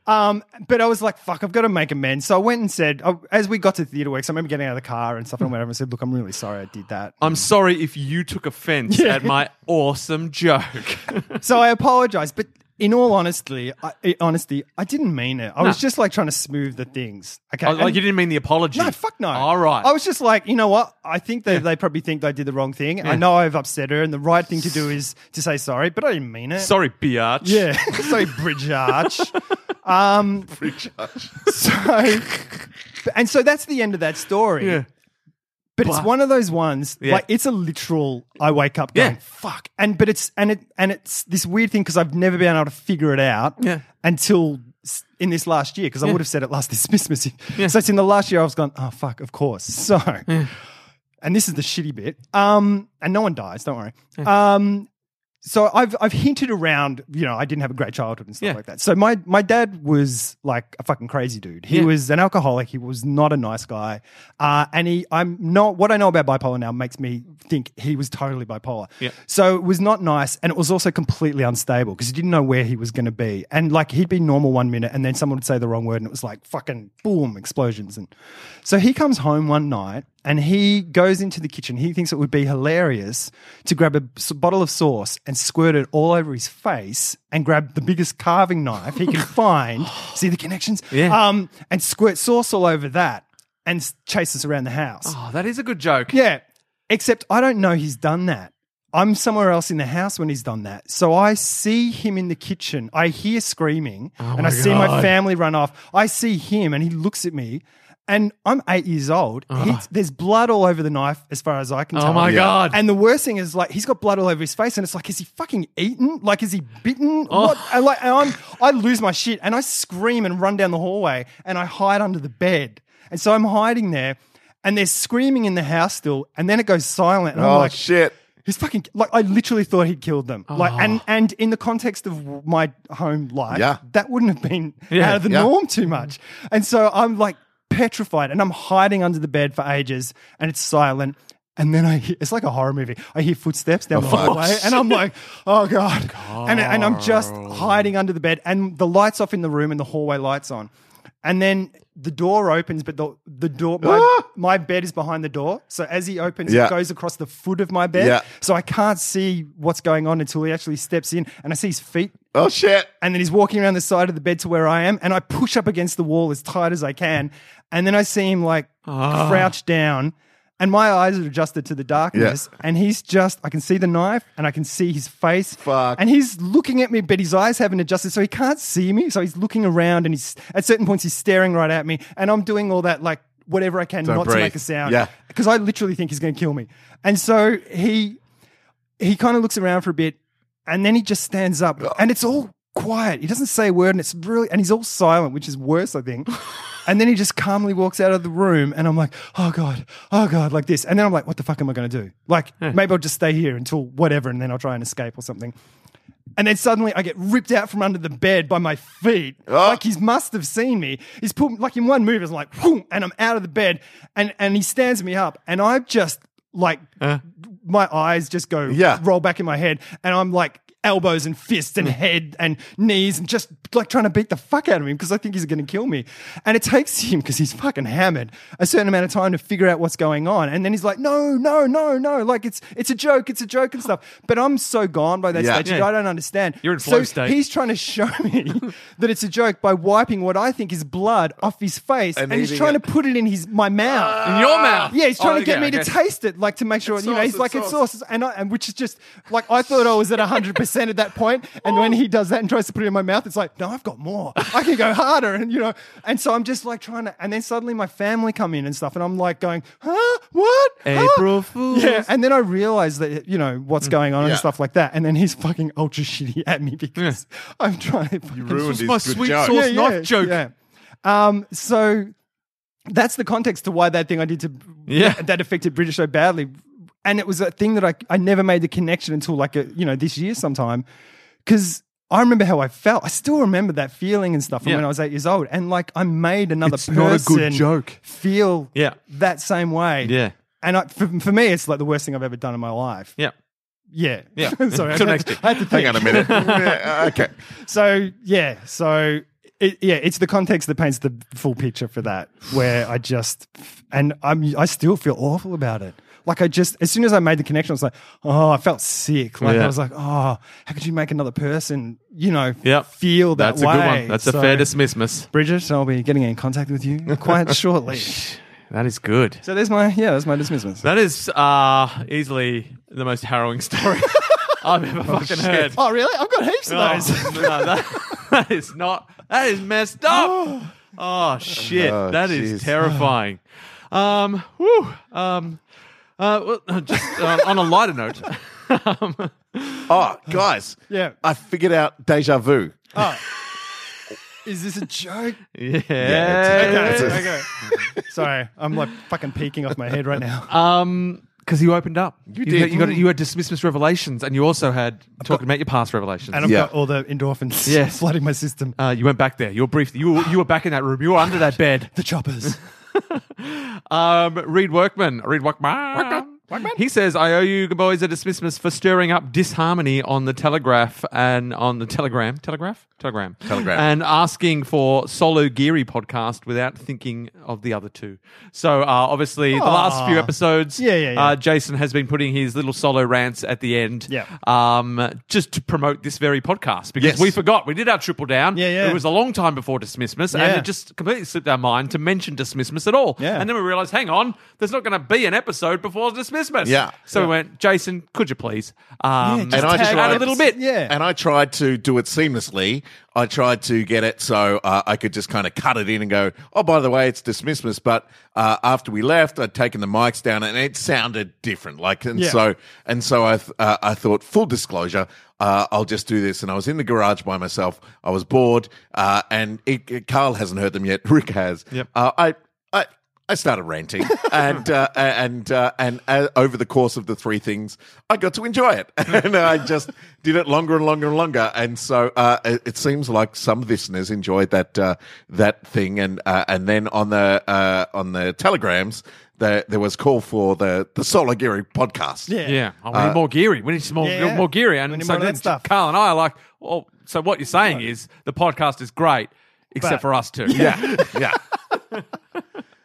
Um, but I was like, fuck, I've got to make amends. So I went and said, I, as we got to theatre works, I remember getting out of the car and stuff and whatever and said, look, I'm really sorry I did that. I'm sorry if you took offense Yeah. at my awesome joke. so I apologized, but in all honesty, I, i- honesty, I didn't mean it. I was just like trying to smooth the things. Okay. I- like, And- you didn't mean the apology. no, fuck no. All right. I was just like, you know what? I think they, they probably think they did the wrong thing. I know I've upset her, and the right thing to do is to say sorry, but I didn't mean it. sorry, biatch. Yeah. sorry, Bridge Arch. Um, Bridge Arch. So, and so that's the end of that story. Yeah. But, it's one of those ones. Yeah. Like it's a literal. I wake up going Yeah. fuck, and but it's and it and it's this weird thing because I've never been able to figure it out Yeah. until s- in this last year because I would have said it last this Christmas. So it's in the last year I was going, oh fuck, of course. So, and this is the shitty bit. Um, and no one dies. Don't worry. Um, so I've I've hinted around, you know, I didn't have a great childhood and stuff Yeah. like that. So my my dad was like a fucking crazy dude. He Yeah. was an alcoholic. He was not a nice guy. Uh, and he I'm not what I know about bipolar now makes me think he was totally bipolar. Yeah. So it was not nice, and it was also completely unstable because he didn't know where he was going to be. And like he'd be normal one minute, and then someone would say the wrong word, and it was like fucking boom explosions. And so he comes home one night, and he goes into the kitchen. He thinks it would be hilarious to grab a s- bottle of sauce and squirt it all over his face, and grab the biggest carving knife he can find. See the connections? Yeah. Um, and squirt sauce all over that, and s- chase us around the house. Oh, that is a good joke. Yeah. Except I don't know he's done that. I'm somewhere else in the house when he's done that. So I see him in the kitchen. I hear screaming Oh and I see my family run off. I see him and he looks at me and I'm eight years old. He's- There's blood all over the knife as far as I can tell. Uh-huh. Oh, my God. And the worst thing is, like, he's got blood all over his face, and it's like, is he fucking eaten? Like, is he bitten? What? And like, and I'm, I lose my shit, and I scream and run down the hallway, and I hide under the bed, and so I'm hiding there, and they're screaming in the house still, and then it goes silent, and I'm Oh, like, shit. He's fucking like I literally thought he'd killed them. Like and and in the context of my home life, Yeah. that wouldn't have been Yeah. out of the Yeah. norm too much. And so I'm like petrified and I'm hiding under the bed for ages and it's silent. And then I hear, it's like a horror movie. I hear footsteps down the hallway and I'm like, oh God. And, and I'm just hiding under the bed and the lights off in the room and the hallway lights on. And then the door opens, but the the door my, my bed is behind the door. So as he opens, Ah! Yeah. it goes across the foot of my bed. Yeah. So I can't see what's going on until he actually steps in, and I see his feet Oh shit! and then he's walking around the side of the bed to where I am, and I push up against the wall as tight as I can, and then I see him like Ah. crouch down, and my eyes are adjusted to the darkness, and he's just I can see the knife and I can see his face, Fuck. and he's looking at me, but his eyes haven't adjusted, so he can't see me, so he's looking around, and he's at certain points he's staring right at me, and I'm doing all that like whatever I can not to breathe. make a sound, Yeah. because I literally think he's going to kill me, and so he he kind of looks around for a bit and then he just stands up and it's all quiet. He doesn't say a word and it's really, and he's all silent, which is worse, I think. And then he just calmly walks out of the room and I'm like, oh God, oh God, like this. And then I'm like, what the fuck am I going to do? Like, maybe I'll just stay here until whatever and then I'll try and escape or something. And then suddenly I get ripped out from under the bed by my feet. Like he must have seen me. He's pulled like in one move, it's like, whoom, and I'm out of the bed. And and he stands me up. And I just like my eyes just go Yeah. Mm. roll back in my head. And I'm like elbows and fists and head and knees and just like trying to beat the fuck out of him because I think he's going to kill me. And it takes him because he's fucking hammered a certain amount of time to figure out what's going on. And then he's like, no, no, no, no. Like it's it's a joke, it's a joke and stuff. But I'm so gone by that Yeah. stage. Yeah. I don't understand. You're in so flow state. He's trying to show me that it's a joke by wiping what I think is blood off his face, And and, he's eating trying it. to put it in his my mouth. In your mouth. Yeah, he's trying Oh, to get okay, me to okay. taste it, like to make sure. It's you know, sauce, he's it's like it's sauce. sauce, and I, and which is just like I thought I was at hundred percent at that point, and when he does that and tries to put it in my mouth, it's like no, I've got more. I can go harder, and you know, and so I'm just like trying to, and then suddenly my family come in and stuff, and I'm like going, huh, what? Huh?" April Fools. Yeah, and then I realized that you know what's going on Yeah. and stuff like that, and then he's fucking ultra shitty at me because I'm trying to. Fucking ruined was my his good sweet joke. sauce. knife joke. Oh, Yeah. Um, so that's the context to why that thing I did to Yeah. that affected British so badly, and it was a thing that I I never made the connection until like a, you know this year sometime because. I remember how I felt. I still remember that feeling and stuff from Yeah. when I was eight years old. And like, I made another It's person not a good joke. feel Yeah. that same way. Yeah. And I, for, for me, it's like the worst thing I've ever done in my life. Yeah. Yeah. Yeah. Sorry. I Till had next to- week. I had to Hang think. on a minute. Yeah, uh, okay. So, yeah. So, it, yeah, it's the context that paints the full picture for that, where I just, and I'm, I still feel awful about it. Like, I just, as soon as I made the connection, I was like, oh, I felt sick. Like, Yeah. I was like, oh, how could you make another person, you know, Yep. feel that That's way? a good one. That's So, a fair dismissmas. Bridget, I'll be getting in contact with you quite shortly. That is good. So, there's my, yeah, that's my dismissal. That is uh, easily the most harrowing story I've ever fucking heard. Oh, really? I've got heaps of Oh, those. no, that- that is not. That is messed up. oh shit, Oh, that is jeez. terrifying. um, whew, um, uh, well, just uh, on a lighter note, um, Oh, guys. Yeah. Oh. I figured out deja vu. Is this a joke? yeah, it's- Okay. That's okay. Sorry, I'm like fucking peeking off my head right now. um, because you opened up. You, did. You, got, you had dismissed revelations, and you also had talking about your past revelations. And I've Yeah. got all the endorphins Yes. flooding my system. uh, you went back there. You were brief. You were, you were back in that room. You were under that bed. The choppers. Um, Reed Workman. Reed Workman. He says, "I owe you boys a dismissal for stirring up disharmony on the Telegraph and on the Telegram, Telegraph, Telegram, Telegram. and asking for Solo Geary podcast without thinking of the other two. So uh, obviously, the last Aw. few episodes, Yeah, yeah, yeah. Uh, Jason has been putting his little solo rants at the end, Yeah. um, just to promote this very podcast because Yes. we forgot we did our triple down. Yeah, yeah. It was a long time before dismissmas, Yeah. and it just completely slipped our mind to mention dismissmas at all. Yeah. and then we realized, hang on, there's not going to be an episode before dismissmas. Yeah. So we went, Jason, could you please? Um, just And I just add wanted- a little bit. Yeah. And I tried to do it seamlessly. I tried to get it so uh, I could just kind of cut it in and go, oh, by the way, it's dismissmas. But uh, after we left, I'd taken the mics down and it sounded different. Like, and Yeah. so, and so I, th- uh, I thought, full disclosure, uh, I'll just do this. And I was in the garage by myself. I was bored. Uh, and it, it- Carl hasn't heard them yet. Rick has. Yep. Uh, I, I, I started ranting, and uh, and uh, and uh, over the course of the three things, I got to enjoy it, and I just did it longer and longer and longer. And so uh, it, it seems like some listeners enjoyed that uh, that thing, and uh, and then on the uh, on the telegrams, there there was call for the the Solar Geary podcast. Yeah. Yeah, oh, we need more Geary. We need some more, Uh, Yeah. more Geary. And We need so more of then that stuff. Carl and I are like, well, so what you're saying is the podcast is great. except But- for us two. Yeah, yeah.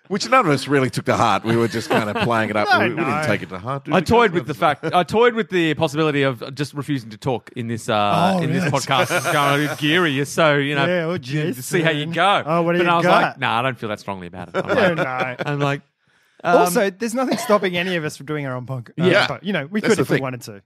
Which none of us really took to heart. We were just kind of playing it up. No, we, we no. didn't take it to heart. did I we, toyed guys? with the fact. I toyed with the possibility of just refusing to talk in this uh, Oh, in yeah. this podcast. Going, "Oh, Geary, you're so you know. Yeah, well, you- Jason. see how you go. Oh, what do but you I was got? like, nah, I don't feel that strongly about it. I'm Yeah, like, no. I'm like Um, Uh, also, there's nothing stopping any of us from doing our own podcast. Yeah. you know, we That's could the if we thing. wanted to.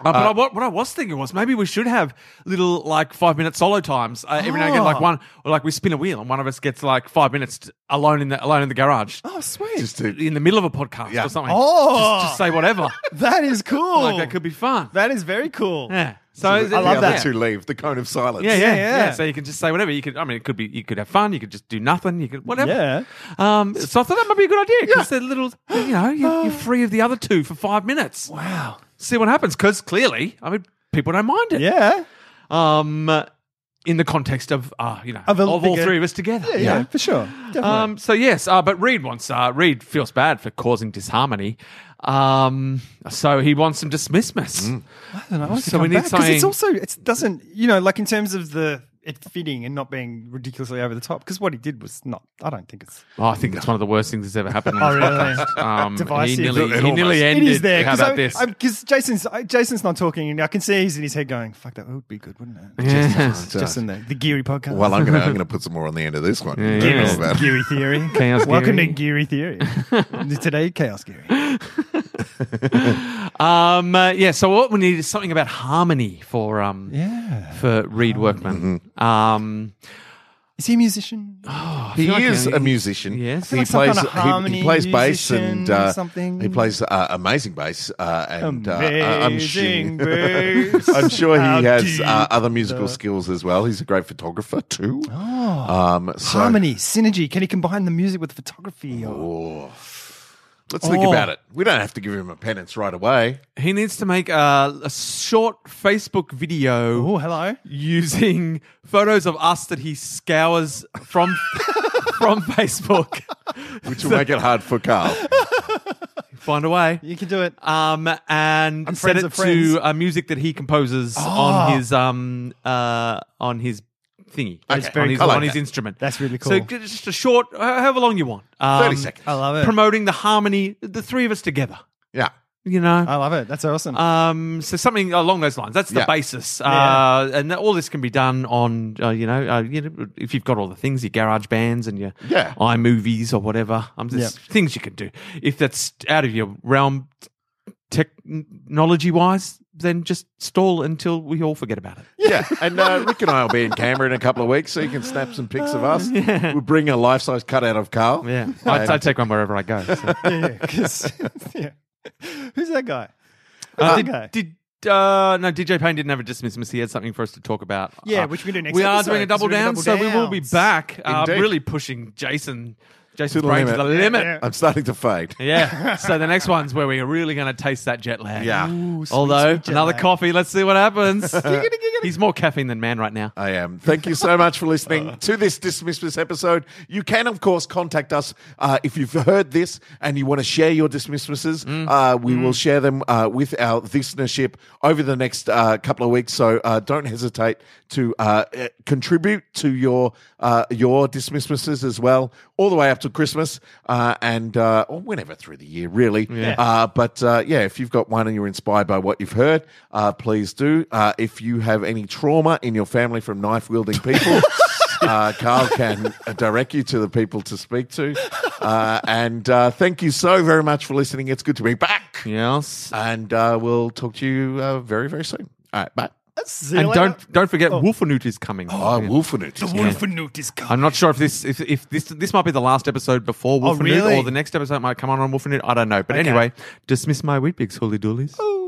Uh, but I, what, what I was thinking was maybe we should have little like five minute solo times uh, every now and again, like Ah. one or like we spin a wheel and one of us gets like five minutes t- alone in the alone in the garage Oh, sweet. Just to, in the middle of a podcast Yeah. or something. Oh. just, just say whatever. that is cool. like that could be fun. that is very cool. yeah. So the I love other that. two leave the cone of silence. Yeah, yeah, Yeah, yeah, yeah. So you can just say whatever. You could. I mean, it could be. You could have fun. You could just do nothing. You could whatever. Yeah. Um. So I thought that might be a good idea because they're little. You know, you're, you're free of the other two for five minutes. Ah. Wow. See what happens. Because clearly, I mean, people don't mind it. Yeah. um, uh, in the context of uh, you know Of of, a all bigger- three of us together. Yeah, you know. for sure. Definitely. Um, so yes, uh, but Reed wants uh, Reed feels bad for causing disharmony, um, so he wants some dismissmas. Mm. so we need something. It's something- also it doesn't you know like in terms of the it fitting and not being ridiculously over the top because what he did was not. I don't think it's. Oh, I think it's one of the worst things that's ever happened. In Oh, this really? podcast. Um, he Divisive. nearly, It he almost- nearly ended. it is there. How Because about this? Jason's I, Jason's not talking, and I can see he's in his head going, "Fuck that would be good, wouldn't it?" Yeah. Just, just, just in the the Geary podcast. Well, I'm gonna I'm gonna put some more on the end of this one. You don't yeah. know Geary's- about it. Geary theory. Chaos Welcome Geary. to Geary theory. Today, chaos Geary. Um, uh, yeah. So what we need is something about harmony for um Yeah. for Reed Workman. Mm-hmm. Um, Is he a musician? He feel like is he- a musician. Yes. he Like some plays kind of he, harmony he plays bass musician and or uh, something. He plays uh, amazing bass uh, and uh, I- I'm Amazing sure. uh, bass. I'm sure How he has deep uh, other musical the- skills as well. He's a great photographer too. Um, so, Oh. Harmony, synergy. Can he combine the music with photography? Or... Oh. Let's think Oh. about it. We don't have to give him a penance right away. he needs to make a, a short Facebook video. Oh, hello. using photos of us that he scours from from Facebook. which will make it hard for Carl. Find a way. You can do it. Um, and I'm set friends it of friends. Ah. to uh, music that he composes on his um uh on his thingy That's on, very his, cool. I like on his that. instrument. That's really So cool. g- just a short, uh, however long you want. Um, 30 seconds. I love it. Promoting the harmony, the three of us together. Yeah. You know. I love it. That's awesome. Um, so something along those lines. That's the Yeah. basis, uh, Yeah. and that- all this can be done on uh, you know uh, you know if you've got all the things your garage bands and your Yeah. iMovies or whatever. Um, there's Yep. things you can do. If that's out of your realm, technology wise, then just stall until we all forget about it. Yeah. And uh, Rick and I will be in Canberra in a couple of weeks, so you can snap some pics of us. We'll bring a life size cutout of Carl. Yeah, I, I take one wherever I go. so. yeah, 'cause- yeah. Who's that guy? Uh, Who's that did, guy? did uh, no DJ Payne didn't have a dismissiveness. He had something for us to talk about. Yeah, Uh, which we can do next We are episode, doing a 'cause double we're doing down, so we will be double downs. back. Uh, Indeed. really pushing Jason, Jason's the brain to limit. the limit. Yeah. I'm starting to fade. Yeah. so the next one's where we're really going to taste that jet lag. Yeah. Ooh, sweet, Although sweet jet another lag. coffee, let's see what happens. Giggity, giggity. Uh, He's more caffeine than man right now. I am. Thank you so much for Uh. listening to this Dismissmas episode. You can, of course, contact us uh, if you've heard this and you want to share your Dismissmases. Mm. Uh, we will share them uh, with our listenership over the next uh, couple of weeks. So uh, don't hesitate to uh, eh, contribute to your uh, your Dismissmases as well, all the way up to Christmas uh, and uh, or whenever through the year, really. Uh, but uh, yeah, if you've got one and you're inspired by what you've heard, uh, please do. Uh, if you have any trauma in your family from knife wielding people, uh, Carl can uh, direct you to the people to speak to. Uh, and uh, thank you so very much for listening. It's good to be back. Yes. And uh, we'll talk to you uh, very, very soon. All right, bye. See you And later. don't don't forget Wolfenut is coming. Oh, Wolfenut. Wolfenut is coming. I'm not sure if this if, if this this might be the last episode before Wolfenut really? or the next episode might come on on Wolfenut. I don't know. But anyway, dismiss my wheat bigs, holy doolies. Ooh.